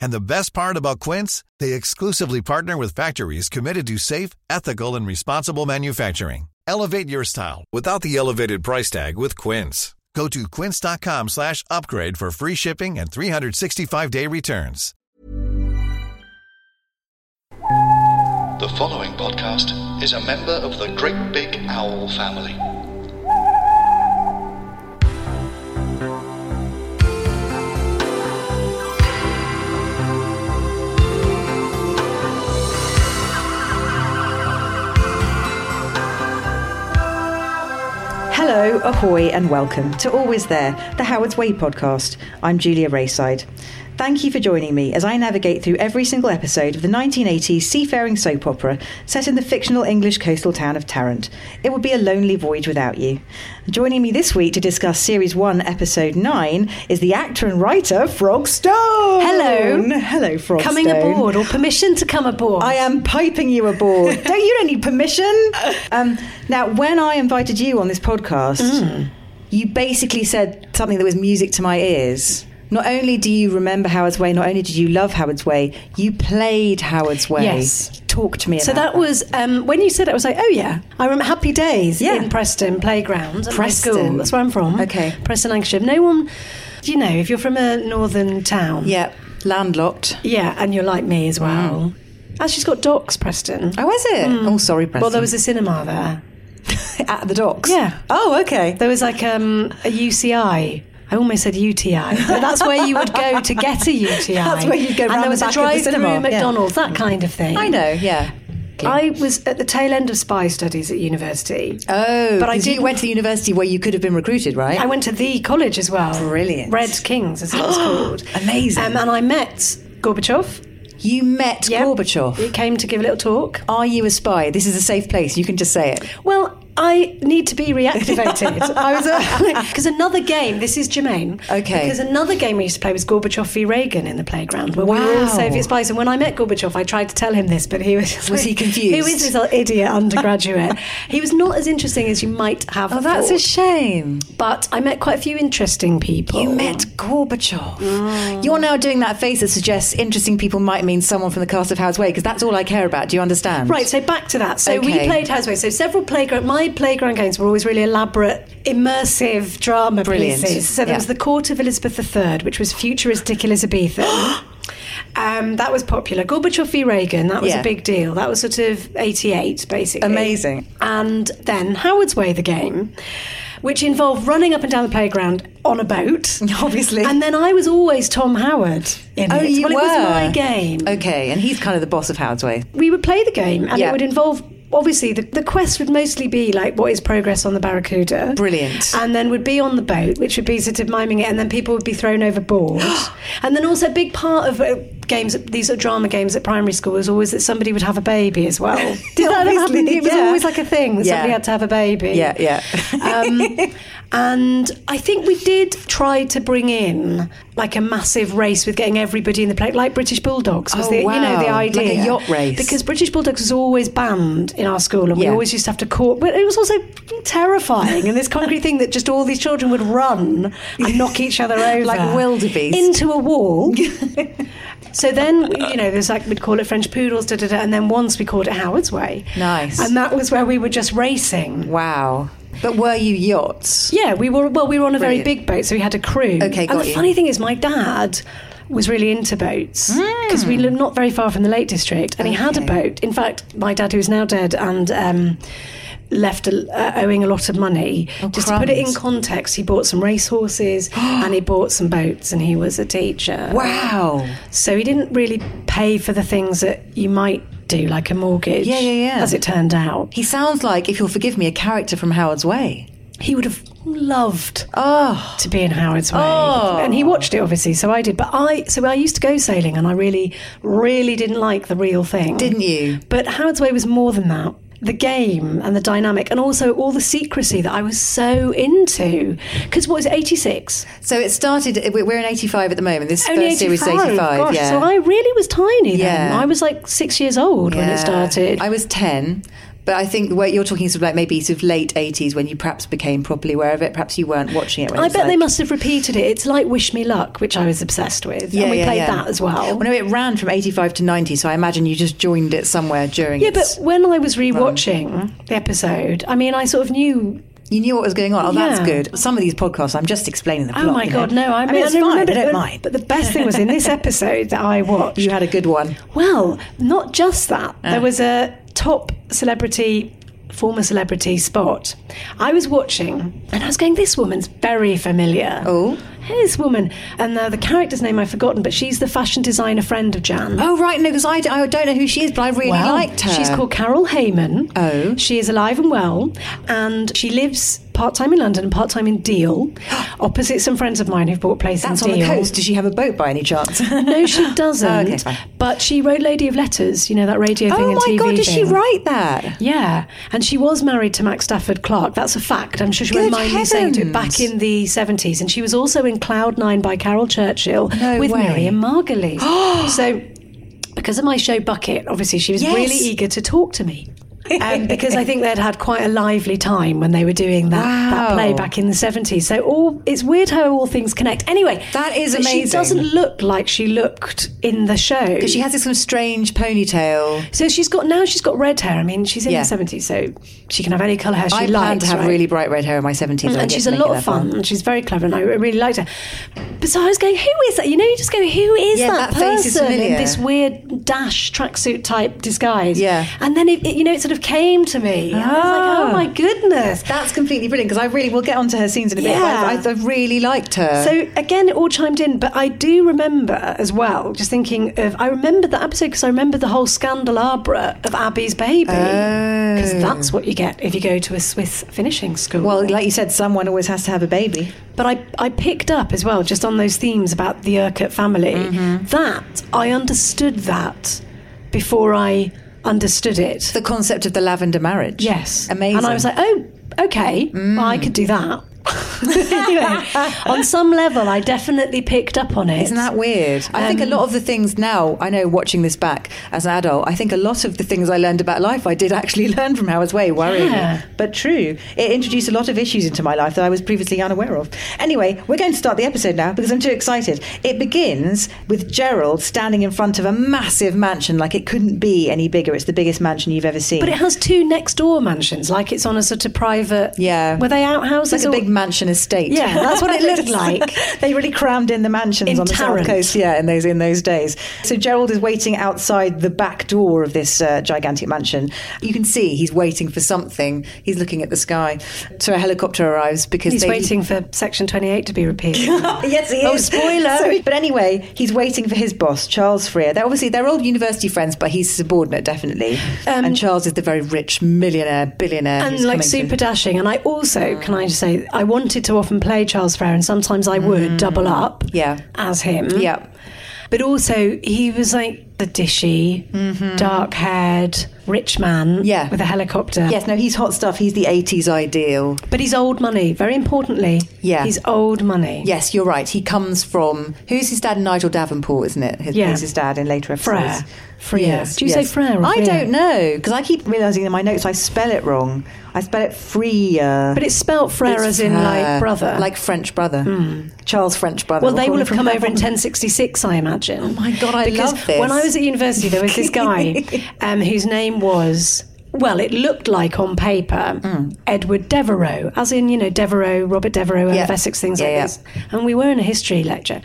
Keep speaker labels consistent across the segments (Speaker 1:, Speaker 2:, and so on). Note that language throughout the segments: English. Speaker 1: And the best part about Quince, they exclusively partner with factories committed to safe, ethical, and responsible manufacturing. Elevate your style without the elevated price tag with Quince. Go to quince.com slash upgrade for free shipping and 365-day returns.
Speaker 2: The following podcast is a member of the Great Big Owl family.
Speaker 3: Hello, ahoy, and welcome to Always There, the Howard's Way podcast. I'm Julia Rayside. Thank you for joining me as I navigate through every single episode of the 1980s seafaring soap opera set in the fictional English coastal town of Tarrant. It would be a lonely voyage without you. Joining me this week to discuss Series 1, Episode 9 is the actor and writer Frog Stone.
Speaker 4: Hello.
Speaker 3: Hello, Frog
Speaker 4: coming
Speaker 3: Stone.
Speaker 4: aboard or permission to come aboard.
Speaker 3: I am piping you aboard. don't you don't need permission. Um, now, when I invited you on this podcast, you basically said something that was music to my ears. Not only do you remember Howard's Way, not only did you love Howard's Way, you played Howard's Way.
Speaker 4: Yes.
Speaker 3: Talk to me.
Speaker 4: So
Speaker 3: about
Speaker 4: that was um, when you said it. I was like, oh yeah, I remember Happy Days
Speaker 3: Yeah.
Speaker 4: in Preston playground. At
Speaker 3: Preston.
Speaker 4: my school. That's where I'm from.
Speaker 3: Okay.
Speaker 4: Preston, Lancashire. No one, you know, if you're from a northern town,
Speaker 3: yeah, landlocked.
Speaker 4: yeah, and you're like me as
Speaker 3: Mm.
Speaker 4: well. Actually, it's got docks, Preston.
Speaker 3: Oh, was it? Oh, sorry, Preston.
Speaker 4: Well, there was a cinema there.
Speaker 3: at the docks.
Speaker 4: Yeah.
Speaker 3: Oh, okay.
Speaker 4: There was like um, a UCI. I almost said UTI, but that's where you would go to get a UTI.
Speaker 3: That's where you'd go
Speaker 4: And
Speaker 3: round the
Speaker 4: there was
Speaker 3: back
Speaker 4: a
Speaker 3: of the
Speaker 4: drive-through
Speaker 3: cinema. Yeah.
Speaker 4: McDonald's, that kind of thing.
Speaker 3: I know. Yeah.
Speaker 4: I was at the tail end of spy studies at university.
Speaker 3: Oh,
Speaker 4: But I
Speaker 3: 'cause you
Speaker 4: didn't-
Speaker 3: went to the university where you could have been recruited, right?
Speaker 4: I went to the college as well.
Speaker 3: Brilliant.
Speaker 4: Red Kings, as it was called.
Speaker 3: Amazing.
Speaker 4: Um, and I met Gorbachev.
Speaker 3: you met
Speaker 4: Yep.
Speaker 3: Gorbachev.
Speaker 4: He came to give a little talk.
Speaker 3: Are you a spy? This is a safe place. You can just say it.
Speaker 4: Well, I need to be reactivated. I was because another game. This is Jermaine.
Speaker 3: Okay.
Speaker 4: Because another game we used to play was Gorbachev v Reagan in the playground, where we were all
Speaker 3: Wow.
Speaker 4: Soviet spies. And when I met Gorbachev, I tried to tell him this, but he was just
Speaker 3: Was
Speaker 4: like,
Speaker 3: he confused?
Speaker 4: Who is this little idiot undergraduate? he was not as interesting as you might have.
Speaker 3: Oh, that's a
Speaker 4: thought.
Speaker 3: shame.
Speaker 4: But I met quite a few interesting people.
Speaker 3: You met Gorbachev.
Speaker 4: Mm.
Speaker 3: You're now doing that face that suggests interesting people might mean someone from the cast of Howard's Way, because that's all I care about. Do you understand?
Speaker 4: Right, so back to that. So we
Speaker 3: Okay.
Speaker 4: played Houseway. So several playground, my playground games were always really elaborate, immersive drama
Speaker 3: Brilliant.
Speaker 4: pieces. So there
Speaker 3: Yeah.
Speaker 4: was the Court of Elizabeth III, which was futuristic Elizabethan. Um, that was popular. Gorbachev v Reagan, that was
Speaker 3: Yeah.
Speaker 4: a big deal. That was sort of 88, basically.
Speaker 3: Amazing.
Speaker 4: And then Howard's Way, the game, which involved running up and down the playground on a boat.
Speaker 3: Obviously.
Speaker 4: And then I was always Tom Howard in
Speaker 3: Oh,
Speaker 4: it.
Speaker 3: you
Speaker 4: well,
Speaker 3: were.
Speaker 4: it was my game
Speaker 3: Okay, and he's kind of the boss of Howard's Way.
Speaker 4: we would play the game and
Speaker 3: Yeah.
Speaker 4: it would involve obviously the, the quest would mostly be like what is progress on the barracuda
Speaker 3: Brilliant.
Speaker 4: and then would be on the boat which would be sort of miming it and then people would be thrown overboard and then also a big part of uh, games these sort of drama games at primary school was always that somebody would have a baby as well did that ever happen
Speaker 3: Obviously,
Speaker 4: it was
Speaker 3: yeah.
Speaker 4: always like a thing that
Speaker 3: Yeah.
Speaker 4: somebody had to have a baby
Speaker 3: Yeah, yeah.
Speaker 4: um, and I think we did try to bring in like a massive race with getting everybody in the plate, like British Bulldogs was
Speaker 3: Oh,
Speaker 4: the you know
Speaker 3: wow.
Speaker 4: the
Speaker 3: Like a
Speaker 4: idea
Speaker 3: yacht race.
Speaker 4: because British Bulldogs was always banned in our school, and we
Speaker 3: Yeah.
Speaker 4: always used to have to court. But it was also terrifying, and this concrete thing that just all these children would run and knock each other over
Speaker 3: Like wildebeest.
Speaker 4: into a wall. So then, you know, there's like we'd call it French poodles, da da da, and then once we called it Howard's Way.
Speaker 3: Nice.
Speaker 4: And that was where we were just racing.
Speaker 3: Wow. But were you yachts?
Speaker 4: Yeah, we were well, we were on a very
Speaker 3: Brilliant.
Speaker 4: big boat, so we had a crew.
Speaker 3: Okay,
Speaker 4: And
Speaker 3: got
Speaker 4: the
Speaker 3: you.
Speaker 4: funny thing is, my dad was really into boats because
Speaker 3: Hmm.
Speaker 4: we lived not very far from the Lake District, and he had a boat. In fact, my dad, who is now dead, and um, left a, uh, owing a lot of money.
Speaker 3: Oh,
Speaker 4: Just to put it in
Speaker 3: crumbs.
Speaker 4: context, he bought some racehorses and he bought some boats, and he was a teacher.
Speaker 3: Wow.
Speaker 4: So he didn't really pay for the things that you might do, like a mortgage.
Speaker 3: Yeah, yeah, yeah.
Speaker 4: As it turned out,
Speaker 3: He sounds like, if you'll forgive me, a character from Howard's Way.
Speaker 4: he would have loved
Speaker 3: Oh,
Speaker 4: to be in Howard's Way.
Speaker 3: Oh.
Speaker 4: And he watched it obviously, so I did. But I so I used to go sailing and I really, really didn't like the real thing.
Speaker 3: didn't you?
Speaker 4: But Howard's Way was more than that. The game and the dynamic, and also all the secrecy that I was so into. Because what was it, 86?
Speaker 3: So it started, we- we're in 85 at the moment. This
Speaker 4: Only
Speaker 3: first series is 85.
Speaker 4: Gosh,
Speaker 3: yeah.
Speaker 4: So I really was tiny then.
Speaker 3: Yeah.
Speaker 4: I was like six years old when
Speaker 3: Yeah.
Speaker 4: it started.
Speaker 3: I was 10. But I think what you're talking sort of like maybe sort of late 80s when you perhaps became properly aware of it. Perhaps you weren't watching it. When it
Speaker 4: I
Speaker 3: was
Speaker 4: bet they
Speaker 3: like-
Speaker 4: must have repeated it. It's like Wish Me Luck, which I was obsessed with. and we played that as well.
Speaker 3: Well, no, it ran from 85 to 90, so I imagine you just joined it somewhere during
Speaker 4: yeah,
Speaker 3: its-
Speaker 4: but when I was rewatching the episode, I mean, I sort of knew.
Speaker 3: you knew what was going on. Oh, that's
Speaker 4: Yeah.
Speaker 3: good. Some of these podcasts, I'm just explaining the plot.
Speaker 4: Oh my
Speaker 3: you know.
Speaker 4: god, no! I mean,
Speaker 3: it's
Speaker 4: I
Speaker 3: fine.
Speaker 4: remember-
Speaker 3: I don't
Speaker 4: but-
Speaker 3: mind.
Speaker 4: But the best thing was in this episode that I watched.
Speaker 3: you Uh. had a good one.
Speaker 4: Well, not just that. There was a top celebrity, former celebrity spot. I was watching and I was going, this woman's very familiar.
Speaker 3: Oh.
Speaker 4: Hey, this woman. And uh, the character's name I've forgotten, but she's the fashion designer friend of Jan.
Speaker 3: Oh right, no, because I, d- I don't know who she is, but I really
Speaker 4: Well,
Speaker 3: liked her.
Speaker 4: She's called Carol Heyman.
Speaker 3: Oh.
Speaker 4: She is alive and well, and she lives part time in London and part time in Deal, opposite some friends of mine who've bought places
Speaker 3: That's
Speaker 4: in
Speaker 3: on the
Speaker 4: Deal.
Speaker 3: coast. Does she have a boat by any chance?
Speaker 4: No, she doesn't.
Speaker 3: Oh, okay, fine.
Speaker 4: But she wrote Lady of Letters, you know, that radio thing
Speaker 3: oh
Speaker 4: and
Speaker 3: my
Speaker 4: TV
Speaker 3: god, did she
Speaker 4: thing.
Speaker 3: write that?
Speaker 4: Yeah, and she was married to Max Stafford Clark. That's a fact. I'm sure she
Speaker 3: Good
Speaker 4: won't mind me saying to it
Speaker 3: heavens.
Speaker 4: back in the 70s. And she was also in Cloud Nine by Carol Churchill
Speaker 3: No
Speaker 4: with
Speaker 3: way.
Speaker 4: Miriam Margolyes. so, because of my show Bucket, obviously she was
Speaker 3: Yes.
Speaker 4: really eager to talk to me. um, because I think they'd had quite a lively time when they were doing that, that
Speaker 3: Wow.
Speaker 4: play back in the 70s. So all it's weird how all things connect. Anyway,
Speaker 3: That is
Speaker 4: but She
Speaker 3: amazing.
Speaker 4: doesn't look like she looked in the show.
Speaker 3: Because she has this kind of strange ponytail.
Speaker 4: So she's got now she's got red hair. I mean, she's in
Speaker 3: Yeah.
Speaker 4: her seventies, so she can have any colour hair she
Speaker 3: I
Speaker 4: likes.
Speaker 3: planned to have
Speaker 4: right?
Speaker 3: really bright red hair in my 70s. I
Speaker 4: and
Speaker 3: get
Speaker 4: she's
Speaker 3: to
Speaker 4: a
Speaker 3: make it
Speaker 4: lot
Speaker 3: that
Speaker 4: of fun. And she's very clever, and I really liked her. But so I was going, who is that? You know, you just go, who is
Speaker 3: Yeah, that
Speaker 4: that,
Speaker 3: face
Speaker 4: person
Speaker 3: is
Speaker 4: in
Speaker 3: familiar.
Speaker 4: this weird dash tracksuit type disguise?
Speaker 3: Yeah.
Speaker 4: and then it, it, you know, it sort of came to me. And I was like, oh
Speaker 3: Ah.
Speaker 4: my goodness.
Speaker 3: That's completely brilliant because I really will get onto her scenes in a bit.
Speaker 4: Yeah.
Speaker 3: but I, I, I really liked her.
Speaker 4: So again, it all chimed in, but I do remember as well, just thinking of, I remember that episode because I remember the whole scandalabra of Abby's baby. Because that's what you get if you go to a Swiss finishing school.
Speaker 3: Oh. well, like you said, someone always has to have a baby.
Speaker 4: but I, I picked up as well, just on those themes about the Urquhart family,
Speaker 3: Mm-hmm.
Speaker 4: that I understood that before I understood it.
Speaker 3: The concept of the lavender marriage.
Speaker 4: Yes.
Speaker 3: Amazing. Mm.
Speaker 4: And I was like, oh, okay, well, I could do that. anyway, on some level, I definitely picked up on it.
Speaker 3: Isn't that weird? I think a
Speaker 4: Um,
Speaker 3: lot of the things now, I know watching this back as an adult, I think a lot of the things I learned about life I did actually learn from Howard's Way, worrying.
Speaker 4: Yeah.
Speaker 3: But true. It introduced a lot of issues into my life that I was previously unaware of. Anyway, we're going to start the episode now because I'm too excited. It begins with Gerald standing in front of a massive mansion like it couldn't be any bigger. It's the biggest mansion you've ever seen.
Speaker 4: But it has two next door mansions, like it's on a sort of private.
Speaker 3: Yeah.
Speaker 4: Were they
Speaker 3: it's
Speaker 4: outhouses?
Speaker 3: like a
Speaker 4: or-
Speaker 3: big mansion estate.
Speaker 4: Yeah, that's what it looked like.
Speaker 3: they really crammed in the mansions
Speaker 4: In
Speaker 3: on the
Speaker 4: Tarrant.
Speaker 3: south coast, yeah, in those in those days. So Gerald is waiting outside the back door of this uh, gigantic mansion. You can see he's waiting for something. He's looking at the sky. So a helicopter arrives because
Speaker 4: He's
Speaker 3: they,
Speaker 4: waiting for Section 28 to be repealed.
Speaker 3: yes, he
Speaker 4: Oh,
Speaker 3: is.
Speaker 4: spoiler.
Speaker 3: Sorry. But anyway, he's waiting for his boss, Charles Freer. They're obviously they're old university friends, but he's subordinate definitely. and Charles is the very rich millionaire, billionaire,
Speaker 4: Um, and
Speaker 3: who's
Speaker 4: like
Speaker 3: coming to-
Speaker 4: super dashing. And I also, can I just say, I wanted to often play Charles Frere, and sometimes I would double up
Speaker 3: Mm. Yeah.
Speaker 4: as him.
Speaker 3: Yeah.
Speaker 4: But also, he was like the dishy, dark haired, rich man
Speaker 3: Mm-hmm. Yeah.
Speaker 4: with a helicopter.
Speaker 3: Yes, no, he's hot stuff. He's the 80s ideal.
Speaker 4: But he's old money, very importantly.
Speaker 3: Yeah.
Speaker 4: He's old money.
Speaker 3: Yes, you're right. He comes from who's his dad? Nigel Davenport, isn't it? His,
Speaker 4: Yeah.
Speaker 3: who's his dad in later episodes.
Speaker 4: Frere. Frere. Do you say Frere or
Speaker 3: I
Speaker 4: Frere?
Speaker 3: don't know because I keep realizing in my notes I spell it wrong. I spell it Freer.
Speaker 4: But it's spelt Frere as in like
Speaker 3: Frere,
Speaker 4: brother. Hmm.
Speaker 3: like French brother, Charles French brother.
Speaker 4: Well, they
Speaker 3: We'll
Speaker 4: will
Speaker 3: call him
Speaker 4: have come
Speaker 3: from
Speaker 4: over in
Speaker 3: now
Speaker 4: 1066, I imagine. Oh
Speaker 3: my God, I
Speaker 4: because
Speaker 3: love this.
Speaker 4: When I was at university, there was this guy um, whose name was. Well, it looked like on paper
Speaker 3: Mm.
Speaker 4: Edward Devereux, as in, you know, Devereux, Robert Devereux,
Speaker 3: Yeah.
Speaker 4: yeah. Essex, things like
Speaker 3: Yeah, yeah.
Speaker 4: this. And we were in a history lecture.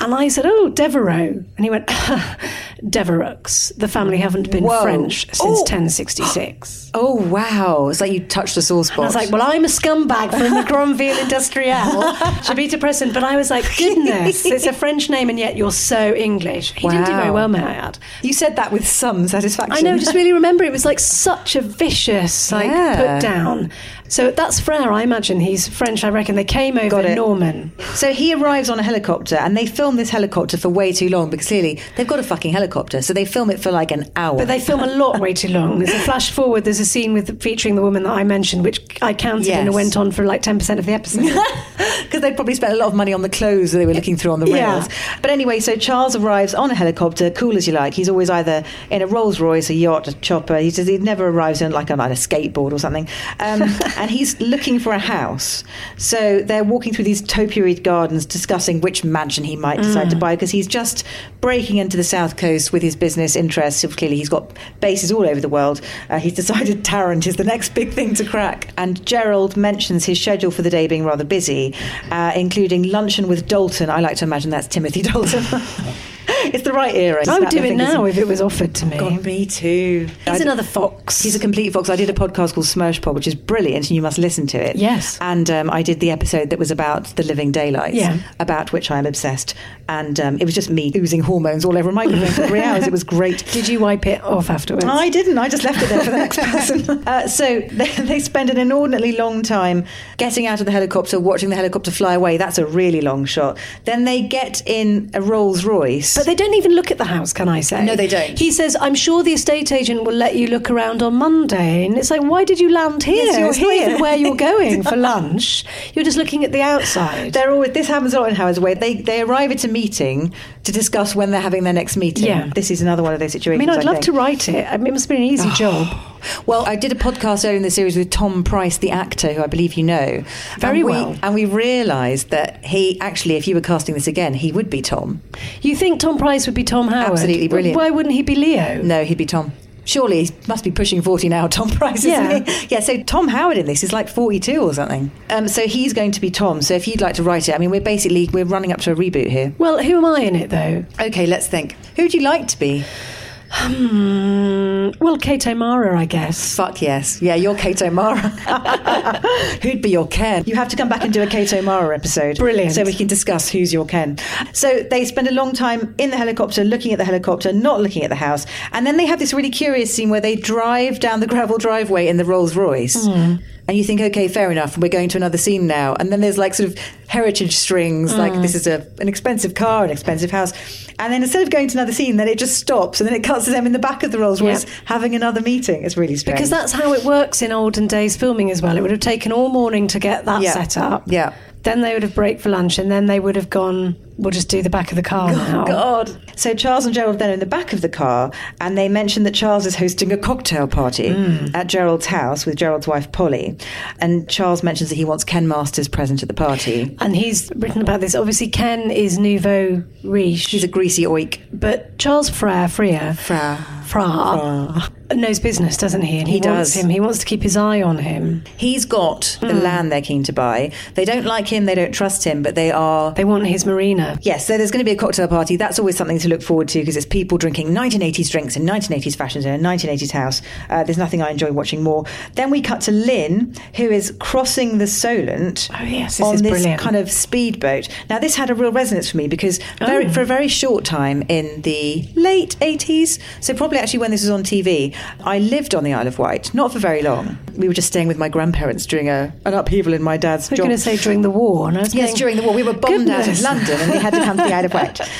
Speaker 4: And I said, Oh, Devereux. And he went, Devereux. The family haven't been
Speaker 5: Whoa.
Speaker 4: French since
Speaker 5: Oh.
Speaker 4: 1066.
Speaker 5: Oh wow! It's like you touched a sore spot.
Speaker 4: And I was like, well, I'm a scumbag from the Granville Industrielle, Chabita Preston. But I was like, goodness, it's a French name, and yet you're so English. He didn't do very
Speaker 5: Wow.
Speaker 4: well, may I add.
Speaker 5: you said that with some satisfaction.
Speaker 4: I know, just really remember it was like such a vicious like
Speaker 5: Yeah.
Speaker 4: put down. So that's Frere, I imagine. He's French, I reckon. They came over
Speaker 3: it.
Speaker 4: Norman.
Speaker 3: So he arrives on a helicopter and they film this helicopter for way too long because clearly they've got a fucking helicopter. So they film it for like an hour.
Speaker 4: But they film a lot way too long. There's a flash forward, there's a scene with featuring the woman that I mentioned, which I counted
Speaker 3: Yes.
Speaker 4: and it went on for like 10% of the episode.
Speaker 3: because they probably spent a lot of money on the clothes that they were looking through on the
Speaker 4: Yeah.
Speaker 3: rails. But anyway, so Charles arrives on a helicopter, cool as you like. He's always either in a Rolls Royce, a yacht, a chopper. He just, he never arrives in like on a skateboard or something. Um, and he's looking for a house. So they're walking through these topiary gardens, discussing which mansion he might decide
Speaker 4: Mm.
Speaker 3: to buy because he's just breaking into the south coast with his business interests. Clearly, he's got bases all over the world. Uh, he's decided Tarrant is the next big thing to crack. And Gerald mentions his schedule for the day being rather busy, uh, including luncheon with Dalton. I like to imagine that's Timothy Dalton. it's the right era.
Speaker 4: I
Speaker 3: Snap
Speaker 4: would do
Speaker 3: my
Speaker 4: it
Speaker 3: fingers
Speaker 4: now
Speaker 3: and-
Speaker 4: if it was offered to me.
Speaker 3: Oh, God, me too.
Speaker 4: He's
Speaker 3: I-
Speaker 4: another fox.
Speaker 3: He's a complete fox. I did a podcast called Smirsh Pod, which is brilliant, and you must listen to it.
Speaker 4: Yes.
Speaker 3: And um, I did the episode that was about the living daylights,
Speaker 4: Yeah.
Speaker 3: about which I'm obsessed. And um, it was just me oozing hormones all over a microphone for three hours. It was great.
Speaker 4: Did you wipe it off afterwards?
Speaker 3: I didn't. I just left it there for the next person. Uh, so they, they spend an inordinately long time getting out of the helicopter, watching the helicopter fly away. That's a really long shot. Then they get in a Rolls Royce.
Speaker 4: But they don't even look at the house, can I say?
Speaker 3: No, they don't.
Speaker 4: He says, I'm sure the estate agent will let you look around on Monday. And it's like, why did you land here?
Speaker 3: Yes, you're
Speaker 4: It's not
Speaker 3: here.
Speaker 4: even where you're going for lunch. You're just looking at the outside.
Speaker 3: They're always, this happens a lot in Howard's Way. They, they arrive at a meeting to discuss when they're having their next meeting.
Speaker 4: Yeah.
Speaker 3: This is another one of those
Speaker 4: I
Speaker 3: situations.
Speaker 4: mean, I'd love
Speaker 3: think.
Speaker 4: to write it. I mean, it must be an
Speaker 3: Oh.
Speaker 4: easy job.
Speaker 3: Well, I did a podcast earlier in the series with Tom Price, the actor, who I believe you know.
Speaker 4: Very
Speaker 3: and we,
Speaker 4: well.
Speaker 3: And we realised that he actually, if you were casting this again, he would be Tom.
Speaker 4: You think Tom Price would be Tom Howard?
Speaker 3: Absolutely brilliant.
Speaker 4: Why wouldn't he be Leo?
Speaker 3: No, he'd be Tom. Surely he must be pushing 40 now, Tom Price, isn't
Speaker 4: Yeah.
Speaker 3: he? Yeah, so Tom Howard in this is like 42 or something. Um, so he's going to be Tom. So if you'd like to write it, I mean, we're basically, we're running up to a reboot here.
Speaker 4: Well, who am I in it though?
Speaker 3: Okay, let's think. Who'd you like to be?
Speaker 4: Hmm, well, Kate O'Mara, I guess.
Speaker 3: Fuck yes. Yeah, you're Kate O'Mara. Who'd be your Ken? You have to come back and do a Kate O'Mara episode.
Speaker 4: Brilliant.
Speaker 3: So we can discuss who's your Ken. So they spend a long time in the helicopter, looking at the helicopter, not looking at the house. And then they have this really curious scene where they drive down the gravel driveway in the Rolls Royce.
Speaker 4: Hmm.
Speaker 3: And you think, okay, fair enough. We're going to another scene now. And then there's like sort of heritage strings, like
Speaker 4: Hmm.
Speaker 3: this is a, an expensive car, an expensive house. And then instead of going to another scene, then it just stops and then it cuts to them in the back of the Rolls Royce
Speaker 4: Yep.
Speaker 3: having another meeting. It's really strange.
Speaker 4: Because that's how it works in olden days filming as well. It would have taken all morning to get that
Speaker 3: Yeah.
Speaker 4: set up.
Speaker 3: Yeah.
Speaker 4: Then they would have break for lunch, and then they would have gone. We'll just do the back of the car now.
Speaker 3: God. So Charles and Gerald then are in the back of the car, and they mention that Charles is hosting a cocktail party at Gerald's house with Gerald's wife Polly. And Charles mentions that he wants Ken Masters present at the party.
Speaker 4: And he's written about this. Obviously, Ken is nouveau riche,
Speaker 3: He's a greasy oik.
Speaker 4: but Charles Frere, Freer,
Speaker 3: Frere.
Speaker 4: Fra, knows business, doesn't he? And he,
Speaker 3: He
Speaker 4: wants
Speaker 3: does.
Speaker 4: him. He wants to keep his eye on him.
Speaker 3: He's got the land they're keen to buy. They don't like him, they don't trust him, but they are.
Speaker 4: They want his marina.
Speaker 3: Yes, so there's going to be a cocktail party. That's always something to look forward to because it's people drinking 1980s drinks in 1980s fashions in a 1980s house. Uh, there's nothing I enjoy watching more. Then we cut to Lynn, who is crossing the Solent
Speaker 4: Oh, yes, this
Speaker 3: on
Speaker 4: is
Speaker 3: this
Speaker 4: brilliant.
Speaker 3: kind of speedboat. Now, this had a real resonance for me because
Speaker 4: Oh.
Speaker 3: very, for a very short time in the late 80s, so probably actually when this was on TV, I lived on the Isle of Wight, not for very long. We were just staying with my grandparents during a, an upheaval in my dad's
Speaker 4: We're
Speaker 3: job.
Speaker 4: going to say during the war. And I was
Speaker 3: Yes,
Speaker 4: going,
Speaker 3: during the war, we were bombed out of
Speaker 4: goodness.
Speaker 3: London and we had to come to the Isle of Wight.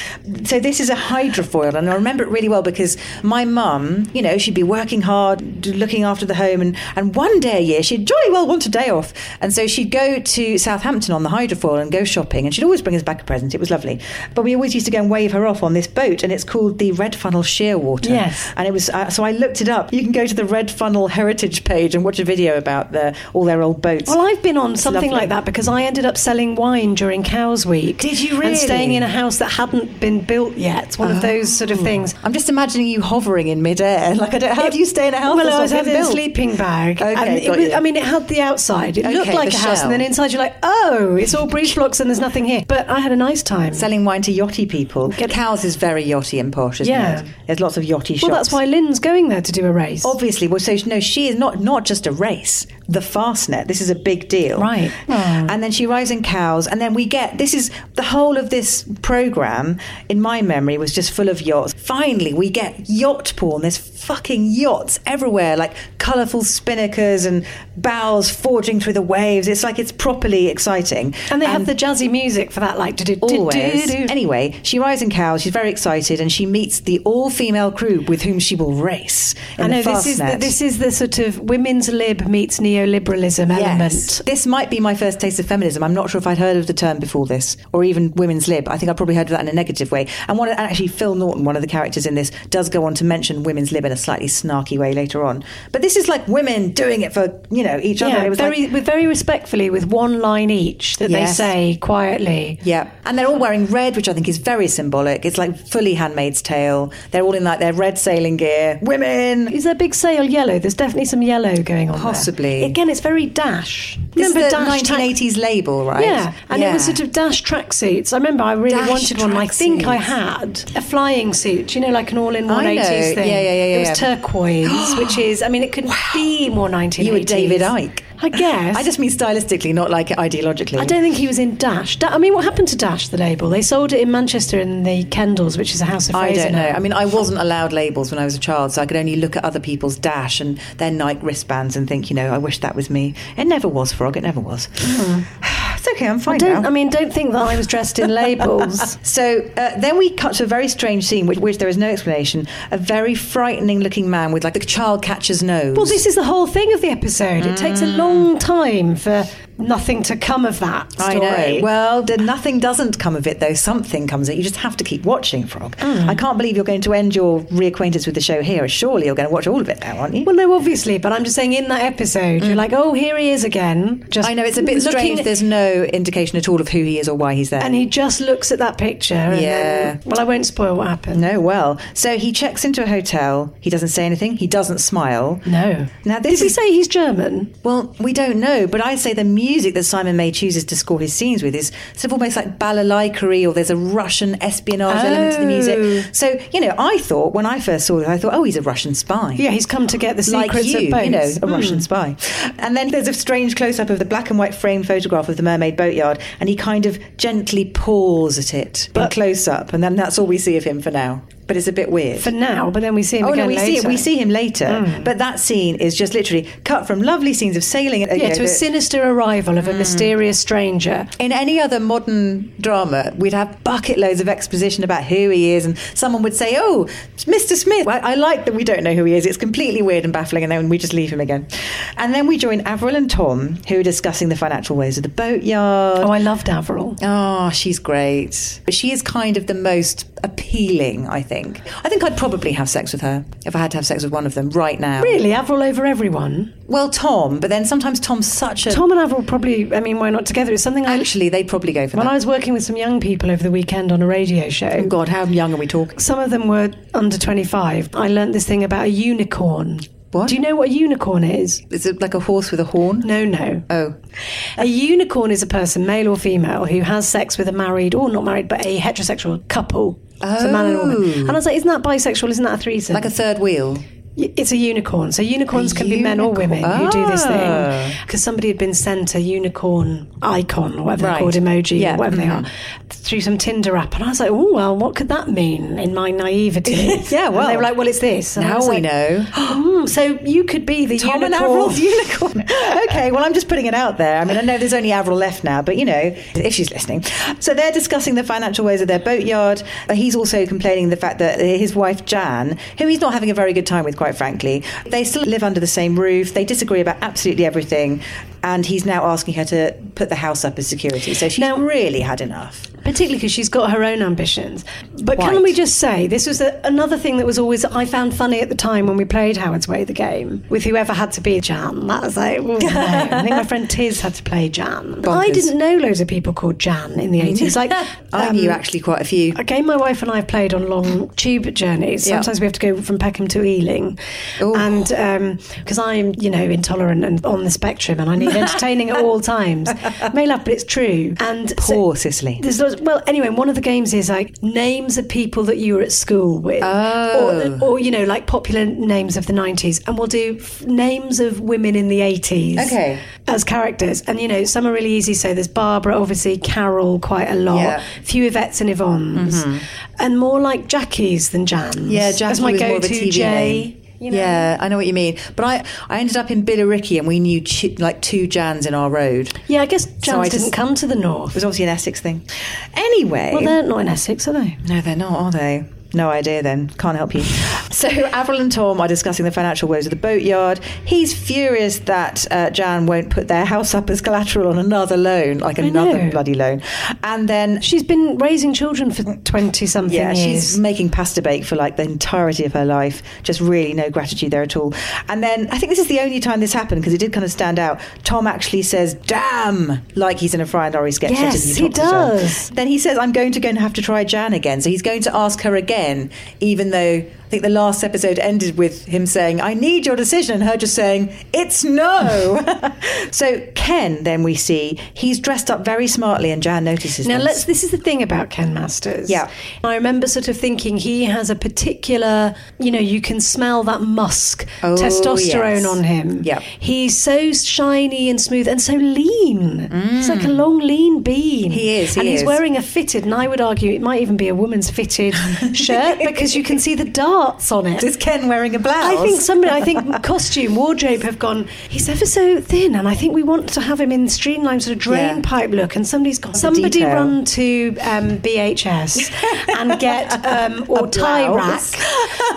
Speaker 3: So this is a hydrofoil, and I remember it really well because my mum, you know, she'd be working hard, d- looking after the home, and, and one day a year she'd jolly well want a day off, and so she'd go to Southampton on the hydrofoil and go shopping, and she'd always bring us back a present. It was lovely, but we always used to go and wave her off on this boat, and it's called the Red Funnel Shearwater.
Speaker 4: Yes.
Speaker 3: and it was uh, so I looked it up. You can go to the Red Funnel Heritage page and watch a video about the, all their old boats.
Speaker 4: Well, I've been on something
Speaker 3: lovely.
Speaker 4: like that because I ended up selling wine during Cows Week.
Speaker 3: Did you Oh.
Speaker 4: And staying in a house that hadn't been built yet. One of those sort of things.
Speaker 6: I'm just imagining you hovering in midair. Like, I don't, how do you stay in a house
Speaker 4: Well,
Speaker 6: that's
Speaker 4: I was
Speaker 6: not been
Speaker 4: having a
Speaker 6: built?
Speaker 4: sleeping bag.
Speaker 6: Okay,
Speaker 4: and it
Speaker 6: got
Speaker 4: was,
Speaker 6: you.
Speaker 4: I mean, it had the outside. It
Speaker 6: Okay,
Speaker 4: looked like a
Speaker 6: the
Speaker 4: house, and then
Speaker 6: shell.
Speaker 4: inside you're like, oh, it's all breech blocks and there's nothing here. But I had a nice time.
Speaker 6: Selling wine to yachty people. Cows is very yachty and posh, isn't
Speaker 4: Yeah.
Speaker 6: it? There's lots of yachty shops.
Speaker 4: well, that's why Lynn's going there to do a race.
Speaker 3: Obviously, well, so no, she is not not just a race. The Fastnet, this is a big deal,
Speaker 4: Right.
Speaker 3: And then she rides in cows, and then we get this is the whole of this program. In my memory, was just full of yachts. Finally, we get yacht porn. There's fucking yachts everywhere, like colourful spinnakers and bows forging through the waves. It's like it's properly exciting.
Speaker 4: and they have the jazzy music for that, like, do
Speaker 3: Always. Anyway, she rides in cows. She's very excited, and she meets the all-female crew with whom she will race. In
Speaker 4: I know
Speaker 3: the
Speaker 4: this is the,
Speaker 3: Fastnet.
Speaker 4: this is the sort of women's lib meets neoliberalism
Speaker 3: Yes.
Speaker 4: element.
Speaker 3: This might be my first taste of feminism. I'm not sure if I'd heard of the term before this, or even women's lib. I think I probably heard of that in a negative way. And one, and actually, Phil Norton, one of the characters in this, does go on to mention women's lib in a slightly snarky way later on. But this is like women doing it for you know each other.
Speaker 4: Yeah,
Speaker 3: It was
Speaker 4: very
Speaker 3: like,
Speaker 4: with very respectfully, with one line each that
Speaker 3: Yes.
Speaker 4: they say quietly.
Speaker 3: yeah, and they're all wearing red, which I think is very symbolic. It's like fully Handmaid's Tale. They're all in like their red sailing gear. Women.
Speaker 4: Is there a big sale yellow? There's definitely some yellow going on. there.
Speaker 3: Possibly.
Speaker 4: Again, it's very dash.
Speaker 3: This
Speaker 4: Remember
Speaker 3: is the
Speaker 4: dash tax-
Speaker 3: 1980s label, right?
Speaker 4: Yeah, and it was sort of dash tracksuits. I remember I really
Speaker 6: Dash
Speaker 4: wanted one. I think I
Speaker 6: tracksuits.
Speaker 4: had a flying suit, you know, like an all in one
Speaker 6: I know.
Speaker 4: 80s thing.
Speaker 6: Yeah, yeah, yeah,
Speaker 4: It was
Speaker 6: yeah.
Speaker 4: turquoise, which is, I mean, it could be more 1980s.
Speaker 3: You were David Icke.
Speaker 4: I guess.
Speaker 3: I just mean stylistically, not like ideologically.
Speaker 4: I don't think he was in Dash. Da- I mean, what happened to Dash, the label? They sold it in Manchester in the Kendalls, which is a house of
Speaker 3: I
Speaker 4: Fraser
Speaker 3: don't know.
Speaker 4: now.
Speaker 3: I mean, I wasn't allowed labels when I was a child, so I could only look at other people's dash and their Nike wristbands and think, you know, I wish that was me. It never was, Frog. It never was. it's okay. I'm fine
Speaker 4: Don't,
Speaker 3: now.
Speaker 4: Hmm. I mean, don't think that I was dressed in labels.
Speaker 3: so uh, then we cut to a very strange scene, which, which there is no explanation. A very frightening-looking man with like a child catcher's nose.
Speaker 4: Well, this is the whole thing of the episode. It takes
Speaker 3: Mm.
Speaker 4: a long time for nothing to come of that story.
Speaker 3: I know. Well, d- nothing doesn't come of it, though. Something comes of it. You just have to keep watching, Frog.
Speaker 4: Hmm.
Speaker 3: I can't believe you're going to end your reacquaintance with the show here. Surely you're going to watch all of it now, aren't you?
Speaker 4: Well, no, obviously, but I'm just saying in that episode, you're like, oh, here he is again. Just
Speaker 3: Mm. I know it's a bit
Speaker 4: looking-
Speaker 3: strange. There's no indication at all of who he is or why he's there.
Speaker 4: and he just looks at that picture. and then- well, I won't spoil what happened.
Speaker 3: no, well, so he checks into a hotel. He doesn't say anything. He doesn't smile.
Speaker 4: No.
Speaker 3: Now
Speaker 4: Did
Speaker 3: this
Speaker 4: he
Speaker 3: is
Speaker 4: say he's German?
Speaker 3: well, we don't know, but I say the music that Simon May chooses to score his scenes with is sort of almost like balalaikery, or there's a Russian espionage element to the
Speaker 4: Oh.
Speaker 3: music. So you know, I thought when I first saw this, I thought, oh, he's a Russian spy.
Speaker 4: Yeah, he's come to get the
Speaker 3: like
Speaker 4: secrets
Speaker 3: you,
Speaker 4: of Hmm. boats.
Speaker 3: you know, a Russian spy. And then there's a strange close up of the black and white frame photograph of the mermaid boatyard, and he kind of gently paws at it in close up, and then that's all we see of him for now. But it's a bit weird.
Speaker 4: for now, but then we see him
Speaker 3: Oh
Speaker 4: again
Speaker 3: no, we
Speaker 4: later. Hmm.
Speaker 3: see it. We see him later, but that scene is just literally cut from lovely scenes of sailing. uh, you
Speaker 4: Yeah,
Speaker 3: know,
Speaker 4: to a
Speaker 3: the-
Speaker 4: sinister arrival
Speaker 3: Mm.
Speaker 4: of a mysterious stranger.
Speaker 3: in any other modern drama, we'd have bucket loads of exposition about who he is, and someone would say, "Oh, it's Mr. Smith." I, I like that we don't know who he is. It's completely weird and baffling, and then we just leave him again. And then we join Avril and Tom, who are discussing the financial woes of the boatyard.
Speaker 4: Oh, I loved Avril.
Speaker 3: Oh, she's great. But she is kind of the most appealing, I think. I think I'd probably have sex with her if I had to have sex with one of them right now.
Speaker 4: Really, Avril over everyone.
Speaker 3: Well, Tom, but then sometimes Tom's such a.
Speaker 4: Tom and Avril probably, I mean, why not together? It's something I.
Speaker 3: Actually, they'd probably go for
Speaker 4: When
Speaker 3: that.
Speaker 4: I was working with some young people over the weekend on a radio show,
Speaker 3: Oh, God, how young are we talking?
Speaker 4: some of them were under 25. I learnt this thing about a unicorn.
Speaker 3: What?
Speaker 4: Do you know what a unicorn is?
Speaker 3: Is it like a horse with a horn?
Speaker 4: No, no.
Speaker 3: Oh.
Speaker 4: A unicorn is a person, male or female, who has sex with a married or not married, but a heterosexual couple. Oh. So a man and a woman. And I was like, isn't that bisexual? Isn't that a threesome?
Speaker 3: Like a third wheel.
Speaker 4: Y- It's a unicorn. So unicorns can be men or women who do this
Speaker 3: Ah.
Speaker 4: thing. Because somebody had been sent a unicorn icon, or whatever
Speaker 3: Right.
Speaker 4: they're called, emoji,
Speaker 3: Yeah. Mm-hmm.
Speaker 4: or whatever they are, through some Tinder app. And I was like, oh, well, what could that mean in my naivety?
Speaker 3: Yeah, well.
Speaker 4: And they were like, well, it's this. And I
Speaker 3: Now
Speaker 4: was
Speaker 3: we
Speaker 4: like,
Speaker 3: know.
Speaker 4: "Hmm, so you could be the
Speaker 3: Tom and
Speaker 4: unicorn.
Speaker 3: Avril's unicorn. okay, well, I'm just putting it out there. I mean, I know there's only Avril left now, but you know, if she's listening. So they're discussing the financial woes of their boatyard. Uh, He's also complaining the fact that his wife, Jan, who he's not having a very good time with, quite frankly, they still live under the same roof. They disagree about absolutely everything.
Speaker 7: and he's now asking her to put the house up as security. So she's
Speaker 4: Now-
Speaker 7: really had enough.
Speaker 4: particularly because she's got her own ambitions. But
Speaker 7: Quite.
Speaker 4: can we just say this was a, another thing that was always I found funny at the time when we played Howard's Way the game with whoever had to be Jan. That was like, ooh, no. I think my friend Tiz had to play Jan. I
Speaker 3: Bonkers.
Speaker 4: didn't know loads of people called Jan in the eighties. Like
Speaker 3: I knew actually quite a few.
Speaker 4: a game my wife and I have played on long tube journeys.
Speaker 3: Yeah.
Speaker 4: Sometimes we have to go from Peckham to Ealing, and because I'm you know intolerant and on the spectrum, and I need entertaining at all times. May laugh, but it's true. And so-
Speaker 7: Poor Cicely.
Speaker 4: there's lots, well, anyway, one of the games is like names of people that you were at school with, oh. or, or you know, like popular names of the '90s, and we'll do f- names of women in the '80s,
Speaker 3: Okay.
Speaker 4: as characters. And you know, some are really easy. So there's Barbara, obviously Carol, quite a lot,
Speaker 3: Yeah. Mm-hmm.
Speaker 4: few Yvettes and Yvonnes, and more like Jackie's than Jan's.
Speaker 3: Yeah, Jackie
Speaker 4: That's my
Speaker 3: was more of a
Speaker 4: go-to
Speaker 3: TV
Speaker 4: J.
Speaker 3: name. Yeah, I know what you mean. But I, I ended up in Billericay and we knew two, like two Jans in our road.
Speaker 4: Yeah, I guess Jan's
Speaker 3: I
Speaker 4: didn't
Speaker 3: just-
Speaker 4: come to the north.
Speaker 7: It was obviously an Essex thing. Anyway,
Speaker 4: Well, they're not in Essex, are they?
Speaker 3: No, they're not, are they?
Speaker 7: No idea then. Can't help you. So Avril and Tom are discussing the financial woes of the boatyard. He's furious that uh, Jan won't put their house up as collateral on another loan, like another
Speaker 4: know.
Speaker 7: bloody loan. And then
Speaker 4: She's been raising children for twenty something
Speaker 7: yeah,
Speaker 4: years.
Speaker 7: she's making pasta bake for like the entirety of her life. Just really no gratitude there at all. And then I think this is the only time this happened because it did kind of stand out. Tom actually says, "Damn!" like he's in a Fry and Laurie sketch.
Speaker 4: Yes,
Speaker 7: that
Speaker 4: he
Speaker 7: talks to Tom.
Speaker 4: does.
Speaker 7: Then he says, "I'm going to go and have to try Jan again."
Speaker 3: So he's going to ask her again, even though I think the last episode ended with him saying, I need your decision, and her just saying, It's no.
Speaker 7: So Ken, then we see he's dressed up very smartly, and Jan notices.
Speaker 4: Now
Speaker 7: this.
Speaker 4: let's. This is the thing about Ken Masters.
Speaker 7: Yeah.
Speaker 4: I remember sort of thinking he has a particular. You know, you can smell that musk, testosterone
Speaker 3: Oh, yes.
Speaker 4: on him.
Speaker 3: Yeah.
Speaker 4: He's so shiny and smooth and so lean. He's like a long, lean bean.
Speaker 3: Mm. He is, he
Speaker 4: and he's
Speaker 3: is.
Speaker 4: wearing a fitted, and I would argue it might even be a woman's fitted shirt because you can see the darts on it.
Speaker 3: Is Ken wearing a blouse?
Speaker 4: I think somebody, I think costume, wardrobe have gone, he's ever so thin, and I think we want to have him in streamlined sort of drain
Speaker 3: Yeah.
Speaker 4: pipe look. And somebody's gone, somebody
Speaker 7: detail.
Speaker 4: run to um, BHS and get, um, or tie rack,
Speaker 3: blouse.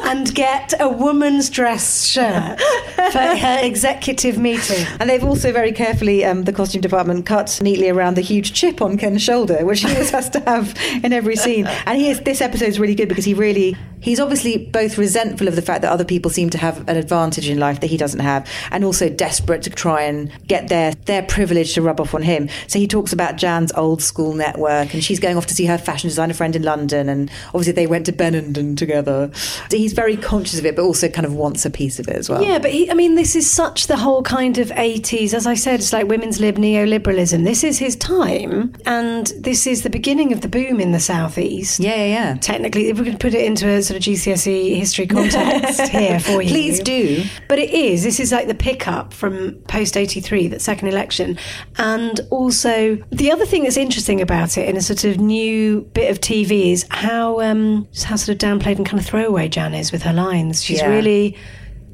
Speaker 4: and get a woman's dress shirt for her executive meeting.
Speaker 7: And they've also very carefully, um, the costume department, cut neatly around the huge chip on Ken's shoulder, which he always has to have in every scene. And he is, this episode's really good because he really,
Speaker 3: He's obviously both resentful of the fact that other people seem to have an advantage in life that he doesn't have, and also desperate to try and get their, their privilege to rub off on him. So he talks about Jan's old school network, and she's going off to see her fashion designer friend in London, and obviously they went to Benenden together. So he's very conscious of it, but also kind of wants a piece of it as well.
Speaker 4: Yeah, but he, I mean, this is such the whole kind of 80s. As I said, it's like women's lib neoliberalism. This is his time, and this is the beginning of the boom in the Southeast.
Speaker 3: Yeah, yeah, yeah.
Speaker 4: Technically, if we could put it into a sort of GCSE E history context here for you.
Speaker 3: Please do.
Speaker 4: But it is. This is like the pickup from post 83, that second election. And also, the other thing that's interesting about it in a sort of new bit of TV is how, um, just how sort of downplayed and kind of throwaway Jan is with her lines. She's
Speaker 3: Yeah.
Speaker 4: really.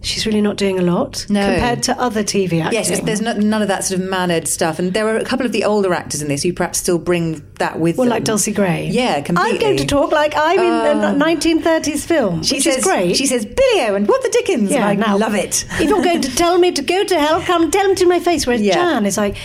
Speaker 4: She's really not doing a lot
Speaker 3: No.
Speaker 4: compared to other TV acting.
Speaker 3: Yes, there's no, none of that sort of mannered stuff, and there are a couple of the older actors in this who perhaps still bring that with
Speaker 4: well,
Speaker 3: them.
Speaker 4: like Dulcie Gray.
Speaker 3: Yeah, completely. Um,
Speaker 4: I'm going to talk like I'm in a 1930s film.
Speaker 3: She
Speaker 4: which
Speaker 3: says,
Speaker 4: is great.
Speaker 3: She says, Billy Owen, what the dickens?
Speaker 4: Yeah,
Speaker 3: and I
Speaker 4: now-
Speaker 3: love it.
Speaker 4: if you're going to tell me to go to hell, come tell him to my face. Whereas
Speaker 3: Yeah.
Speaker 4: Jan is like,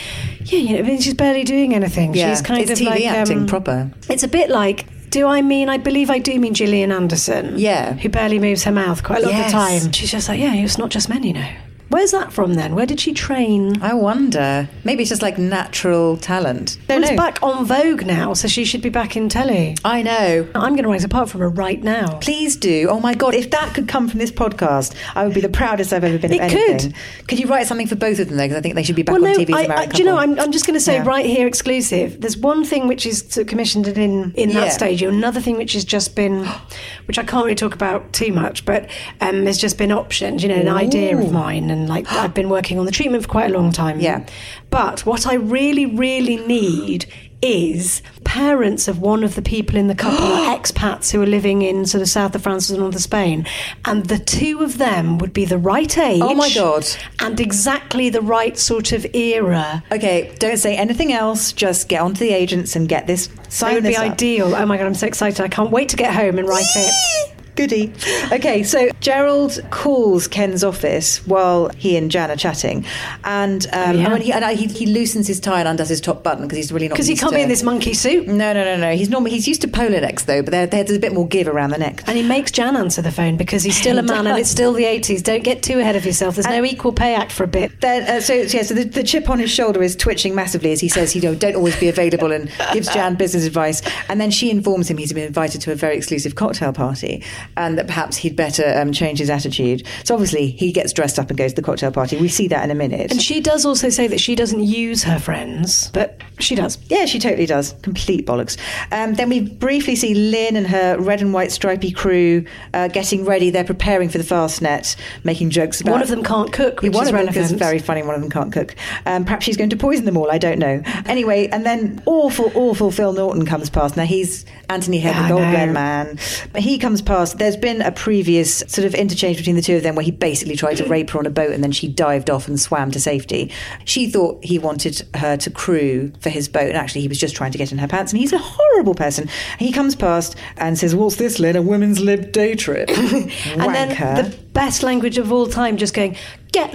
Speaker 4: yeah, you know, I mean, she's barely doing anything.
Speaker 3: Yeah,
Speaker 4: She's kind
Speaker 3: it's
Speaker 4: of
Speaker 3: TV
Speaker 4: like,
Speaker 3: acting
Speaker 4: um,
Speaker 3: proper.
Speaker 4: It's a bit like. Do I mean? I believe I do mean Gillian Anderson.
Speaker 3: Yeah.
Speaker 4: who barely moves her mouth quite a lot
Speaker 3: Yes.
Speaker 4: of the time. She's just like, yeah, it's not just men, you know. Where's that from then? Where did she train?
Speaker 3: I wonder. Maybe it's just like natural talent.
Speaker 4: Well, it's
Speaker 7: know.
Speaker 4: back on Vogue now, so she should be back in telly.
Speaker 3: I know.
Speaker 4: I'm going to rise apart from her right now.
Speaker 3: Please do. Oh my God.
Speaker 7: if that could come from this podcast, I would be the proudest I've ever been
Speaker 4: It
Speaker 7: of
Speaker 4: could.
Speaker 7: anything.
Speaker 3: Could you write something for both of them though? Because I think they should be back on TV as
Speaker 4: I,
Speaker 3: a married
Speaker 4: I- do you know?
Speaker 3: couple.
Speaker 4: I'm, I'm just going to say
Speaker 7: Yeah.
Speaker 4: right here, exclusive. There's one thing which is sort of commissioned and in in
Speaker 3: Yeah.
Speaker 4: that stage, and another thing which has just been, which I can't really talk about too much, but um, there's just been optioned. You know, an idea of mine, and like I've been working on the treatment for quite a long time.
Speaker 3: Yeah.
Speaker 4: But what I really, really need is parents of one of the people in the couple are expats who are living in sort of south of France and north of Spain, and the two of them would be the right age.
Speaker 3: Oh, my God.
Speaker 4: And exactly the right sort of era.
Speaker 3: Okay,
Speaker 7: Don't say anything else. Just get onto the agents and get this.
Speaker 4: That
Speaker 7: Sign
Speaker 4: would be
Speaker 7: this up.
Speaker 4: ideal. Oh my god, I'm so excited! I can't wait to get home and write it.
Speaker 7: Goody. Okay, so Gerald calls Ken's office while he and Jan are chatting, and um,
Speaker 4: Oh, yeah.
Speaker 3: And when he, and I, he, he loosens his tie and undoes his top button because he's really not.
Speaker 4: Because he
Speaker 3: used
Speaker 4: can't
Speaker 3: to-
Speaker 4: be in this monkey suit.
Speaker 3: No, no, no, no. He's normally he's used to polo necks though, but there- there- there's a bit more give around the neck.
Speaker 4: And he makes Jan answer the phone because he's still a man and it's still the 80s. Don't get too ahead of yourself. There's no Equal Pay Act for a bit.
Speaker 3: Then, uh, so yeah, so the, the chip on his shoulder is twitching massively as he says he don't, don't always be available and gives Jan business advice. And then she informs him he's been invited to a very exclusive cocktail party and that perhaps he'd better um, change his attitude. So obviously he gets dressed up and goes to the cocktail party. We see that in a minute.
Speaker 4: And she does also say that she doesn't use her friends, but she does.
Speaker 3: Yeah, she totally does. Complete bollocks. Um, then we briefly see Lynn and her red and white stripy crew uh, getting ready. They're preparing for the fast net, making jokes about.
Speaker 4: One of them can't cook,
Speaker 3: Yeah,
Speaker 4: which
Speaker 3: one
Speaker 4: is
Speaker 3: of them is
Speaker 4: relevant.
Speaker 3: very funny. One of them can't cook. Um, perhaps she's going to poison them all. I don't know. Anyway, and then awful, awful Phil Norton comes past. Now he's Anthony Head,
Speaker 4: Yeah, I
Speaker 3: the Gold
Speaker 4: know.
Speaker 3: Glen man. But he comes past. There's been a previous sort of interchange between the two of them where he basically tried to rape her on a boat and then she dived off and swam to safety. She thought he wanted her to crew for his boat and actually he was just trying to get in her pants and he's a horrible person. He comes past and says, What's this, Lynn? A women's lib day trip.
Speaker 4: And then
Speaker 3: Wanker.
Speaker 4: the best language of all time just going, get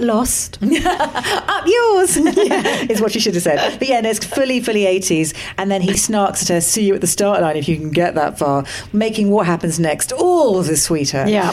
Speaker 4: lost.
Speaker 3: up yours is what she should have said. But yeah, no, it's fully, fully 80s. And then he snarks at her, see you at the start line if you can get that far, making what happens next all the sweeter.
Speaker 4: Yeah.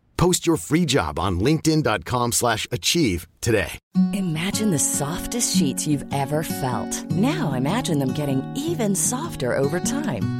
Speaker 8: Post your free job on linkedin.com/achieve slash achieve today.
Speaker 9: Imagine the softest sheets you've ever felt. Now imagine them getting even softer over time.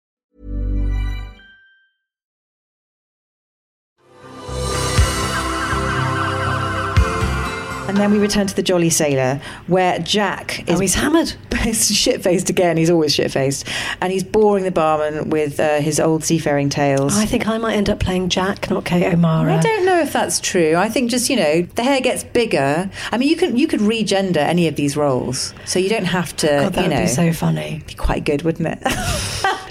Speaker 3: And then we return to the Jolly Sailor, where Jack is
Speaker 4: Oh, he's hammered.
Speaker 3: shit faced again. He's always shit faced, and he's boring the barman with uh, his old seafaring tales.
Speaker 4: I think I might end up playing Jack, not Kate O'Mara.
Speaker 3: I don't know if that's true. I think just you know the hair gets bigger. I mean, you can you could regender any of these roles, so you don't have to.
Speaker 4: God, that
Speaker 3: you
Speaker 4: would
Speaker 3: know,
Speaker 4: be so funny.
Speaker 3: be quite good, wouldn't it?